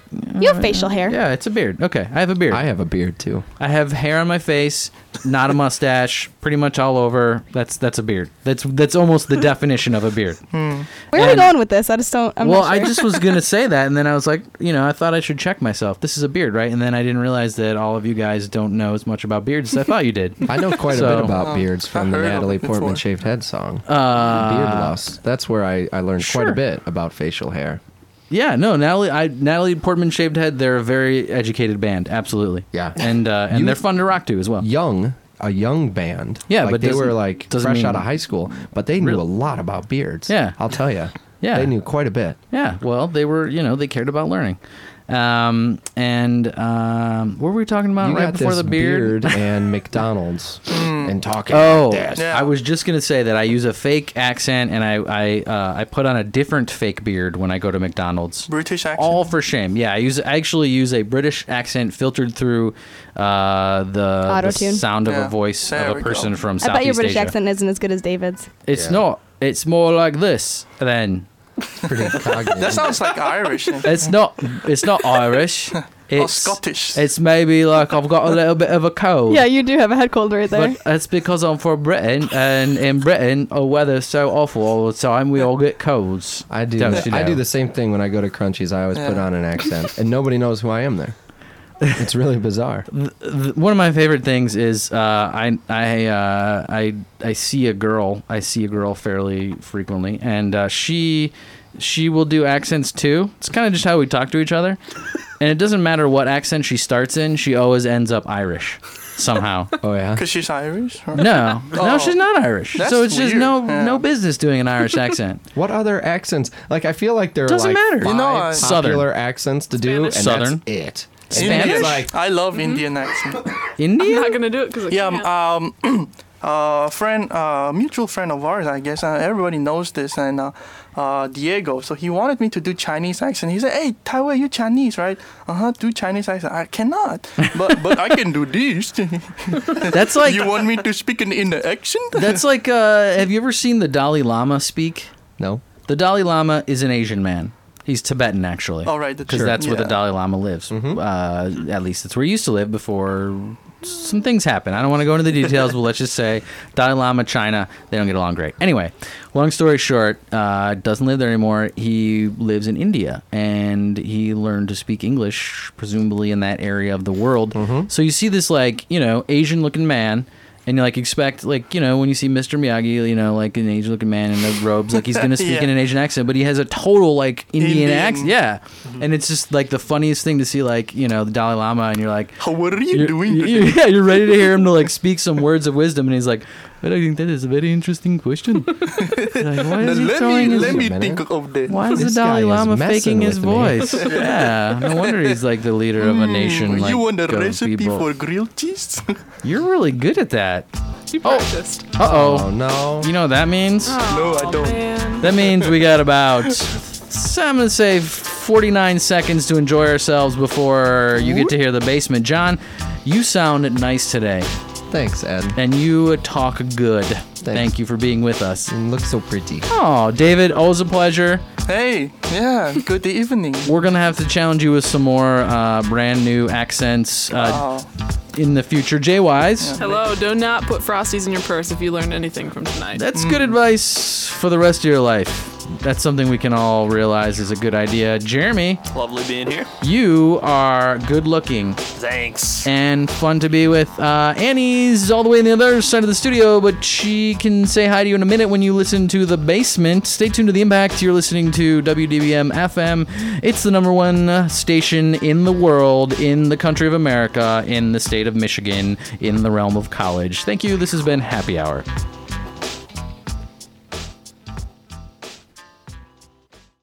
[SPEAKER 1] You have facial hair.
[SPEAKER 3] yeah, it's a beard. Okay, I have a beard.
[SPEAKER 4] I have a beard too.
[SPEAKER 3] I have hair on my face, not a mustache, pretty much all over. That's that's a beard. That's that's almost the definition of a beard.
[SPEAKER 1] Where are we
[SPEAKER 3] And-
[SPEAKER 1] going with this? I just don't. I'm
[SPEAKER 3] well,
[SPEAKER 1] not
[SPEAKER 3] I
[SPEAKER 1] sure.
[SPEAKER 3] just was gonna say that, and then I was like, you know, I thought I should check myself. This is a beard, right? And then I didn't realize that all of you guys don't know as much about beards as I thought you did.
[SPEAKER 4] I know quite a
[SPEAKER 3] So-
[SPEAKER 4] bit about beards from the
[SPEAKER 6] heard of
[SPEAKER 4] Natalie
[SPEAKER 6] it before.
[SPEAKER 4] Portman shaved head song.
[SPEAKER 3] Uh,
[SPEAKER 4] Beard loss. That's where I, I learned quite
[SPEAKER 3] sure.
[SPEAKER 4] a bit about facial hair.
[SPEAKER 3] Yeah, no, Natalie, I, Natalie Portman shaved head. They're a very educated band, absolutely.
[SPEAKER 4] Yeah.
[SPEAKER 3] and uh, and
[SPEAKER 4] You-
[SPEAKER 3] they're fun to rock to as well.
[SPEAKER 4] Young, a young band.
[SPEAKER 3] Yeah,
[SPEAKER 4] like
[SPEAKER 3] but
[SPEAKER 4] they were
[SPEAKER 3] doesn't-
[SPEAKER 4] like
[SPEAKER 3] doesn't
[SPEAKER 4] fresh
[SPEAKER 3] mean-
[SPEAKER 4] out of high school, but they knew
[SPEAKER 3] Really?
[SPEAKER 4] a lot about beards.
[SPEAKER 3] Yeah.
[SPEAKER 4] I'll tell you.
[SPEAKER 3] Yeah.
[SPEAKER 4] they knew quite a bit.
[SPEAKER 3] Yeah, well, they were, you know, they cared about learning. Um, and um, what were we talking about
[SPEAKER 4] you
[SPEAKER 3] right
[SPEAKER 4] got
[SPEAKER 3] before
[SPEAKER 4] this
[SPEAKER 3] the beard?
[SPEAKER 4] and McDonald's
[SPEAKER 6] Hmm.
[SPEAKER 4] and talking.
[SPEAKER 3] Oh,
[SPEAKER 4] like this.
[SPEAKER 6] Yeah.
[SPEAKER 3] I was just gonna say that I use a fake accent and I I uh, I put on a different fake beard when I go to McDonald's.
[SPEAKER 6] British accent.
[SPEAKER 3] All for shame. Yeah, I use I actually use a British accent filtered through uh, the, the
[SPEAKER 1] Auto-tune.
[SPEAKER 3] sound of a
[SPEAKER 6] Yeah,
[SPEAKER 3] voice
[SPEAKER 6] there
[SPEAKER 3] of a
[SPEAKER 6] we
[SPEAKER 3] person
[SPEAKER 6] go.
[SPEAKER 3] from
[SPEAKER 1] I
[SPEAKER 3] Southeast
[SPEAKER 1] bet your British
[SPEAKER 3] Asia.
[SPEAKER 1] accent isn't as good as David's.
[SPEAKER 3] It's
[SPEAKER 4] Yeah.
[SPEAKER 3] not. It's more like this. Then
[SPEAKER 4] pretty cognitive.
[SPEAKER 6] That sounds like Irish.
[SPEAKER 3] it's not. It's not Irish. It's
[SPEAKER 6] Scottish.
[SPEAKER 3] It's maybe like I've got a little bit of a cold.
[SPEAKER 1] Yeah, you do have a head cold right there.
[SPEAKER 3] But that's because I'm from Britain, and in Britain, our weather's so awful all the time. We all get colds.
[SPEAKER 4] I do.
[SPEAKER 3] Don't you
[SPEAKER 4] I
[SPEAKER 3] know?
[SPEAKER 4] do the same thing when I go to Crunchies. I always put
[SPEAKER 6] Yeah.
[SPEAKER 4] on an accent, and nobody knows who I am there. It's really bizarre.
[SPEAKER 3] Th- One of my favorite things is uh, I I uh, I I see a girl. I see a girl fairly frequently, and uh, she she will do accents too. It's kind of just how we talk to each other, and it doesn't matter what accent she starts in. She always ends up Irish somehow.
[SPEAKER 4] Oh yeah.
[SPEAKER 6] Because she's Irish. or-
[SPEAKER 3] No, no,
[SPEAKER 6] Oh.
[SPEAKER 3] she's not Irish.
[SPEAKER 6] That's
[SPEAKER 3] So it's just no
[SPEAKER 6] weird. Yeah.
[SPEAKER 3] no business doing an Irish accent.
[SPEAKER 4] What other accents? Like I feel like there are like
[SPEAKER 3] Doesn't matter.
[SPEAKER 4] five
[SPEAKER 3] You
[SPEAKER 6] know, I-
[SPEAKER 3] Southern.
[SPEAKER 4] popular accents to do, and
[SPEAKER 5] Spanish.
[SPEAKER 3] Southern.
[SPEAKER 4] that's it. And
[SPEAKER 3] Spanish?
[SPEAKER 4] it's
[SPEAKER 6] Indian.
[SPEAKER 4] Like
[SPEAKER 6] I love Indian accent.
[SPEAKER 3] Indian.
[SPEAKER 5] I'm not gonna do it because
[SPEAKER 6] Yeah,
[SPEAKER 5] yeah, can't.
[SPEAKER 6] um, uh, friend, uh, mutual friend of ours, I guess. Uh, everybody knows this, and uh, uh, Diego. So he wanted me to do Chinese accent. He said, "Hey, Taiwan, you Chinese, right? Uh huh. Do Chinese accent? I cannot, but but I can do this.
[SPEAKER 3] That's like
[SPEAKER 6] you want me to speak in in the accent?
[SPEAKER 3] That's like, uh, have you ever seen the Dalai Lama speak?
[SPEAKER 4] no.
[SPEAKER 3] The Dalai Lama is an Asian man. He's Tibetan, actually.
[SPEAKER 6] Oh, right, that's
[SPEAKER 3] Because
[SPEAKER 6] true.
[SPEAKER 3] that's where the
[SPEAKER 6] Yeah.
[SPEAKER 3] Dalai Lama lives. Uh, at least that's where he used to live before some things happen. I don't want to go into the details, but let's just say Dalai Lama, China, they don't get along great. Anyway, long story short, uh, doesn't live there anymore. He lives in India, and he learned to speak English, presumably in that area of the world. So you see this, like, you know, Asian-looking man and you like expect like you know when you see Mr. Miyagi, you know like an Asian looking man in the robes, like he's gonna speak in
[SPEAKER 6] Yeah.
[SPEAKER 3] an Asian accent, but he has a total like Indian,
[SPEAKER 6] Indian. Mm-hmm.
[SPEAKER 3] accent, yeah. And it's just like the funniest thing to see like you know the Dalai Lama, and you're like,
[SPEAKER 6] What are you
[SPEAKER 3] you're-
[SPEAKER 6] doing?
[SPEAKER 3] you-
[SPEAKER 6] today?
[SPEAKER 3] you- yeah, you're ready to hear him to like speak some words of wisdom, and he's like, but I think that is a very interesting question. Like, why is he
[SPEAKER 6] let
[SPEAKER 3] throwing
[SPEAKER 6] me
[SPEAKER 3] his-
[SPEAKER 6] let me
[SPEAKER 4] minute.
[SPEAKER 3] eh?
[SPEAKER 6] think of that.
[SPEAKER 3] why is the
[SPEAKER 4] This guy
[SPEAKER 3] Dalai
[SPEAKER 4] is
[SPEAKER 3] Lama
[SPEAKER 4] messing
[SPEAKER 3] faking his
[SPEAKER 4] with me.
[SPEAKER 3] voice? yeah, no wonder he's like the leader of a nation. Like,
[SPEAKER 6] Mm. you want a
[SPEAKER 3] of
[SPEAKER 6] recipe
[SPEAKER 3] people.
[SPEAKER 6] for grilled cheese?
[SPEAKER 3] You're really good at that.
[SPEAKER 5] You practiced.
[SPEAKER 3] Uh
[SPEAKER 4] Oh
[SPEAKER 3] oh.
[SPEAKER 4] no.
[SPEAKER 3] You know what that means?
[SPEAKER 6] no, I don't.
[SPEAKER 5] Oh, Man.
[SPEAKER 3] That means we got about, s- I'm going to say 49 seconds to enjoy ourselves before you get to hear the basement. John, you sound nice today
[SPEAKER 4] Thanks, Ed.
[SPEAKER 3] and you talk good. Thank you for being with us.
[SPEAKER 4] You look so pretty.
[SPEAKER 3] Oh, David, always a pleasure.
[SPEAKER 6] Hey, yeah. Good evening.
[SPEAKER 3] We're going to have to challenge you with some more uh, brand new accents uh,
[SPEAKER 6] Oh,
[SPEAKER 3] in the future. Jay Wise.
[SPEAKER 5] Hello. Do not put frosties in your purse if you learned anything from tonight.
[SPEAKER 3] That's good advice for the rest of your life. That's something we can all realize is a good idea. Jeremy,
[SPEAKER 7] Lovely being here.
[SPEAKER 3] you are good looking
[SPEAKER 7] Thanks.
[SPEAKER 3] and fun to be with. Uh, Annie's all the way on the other side of the studio, but she can say hi to you in a minute when you listen to The Basement. Stay tuned to The Impact. You're listening to WDBM FM. It's the number one uh, station in the world, in the country of America, in the state of Michigan, in the realm of college. Thank you. This has been Happy Hour.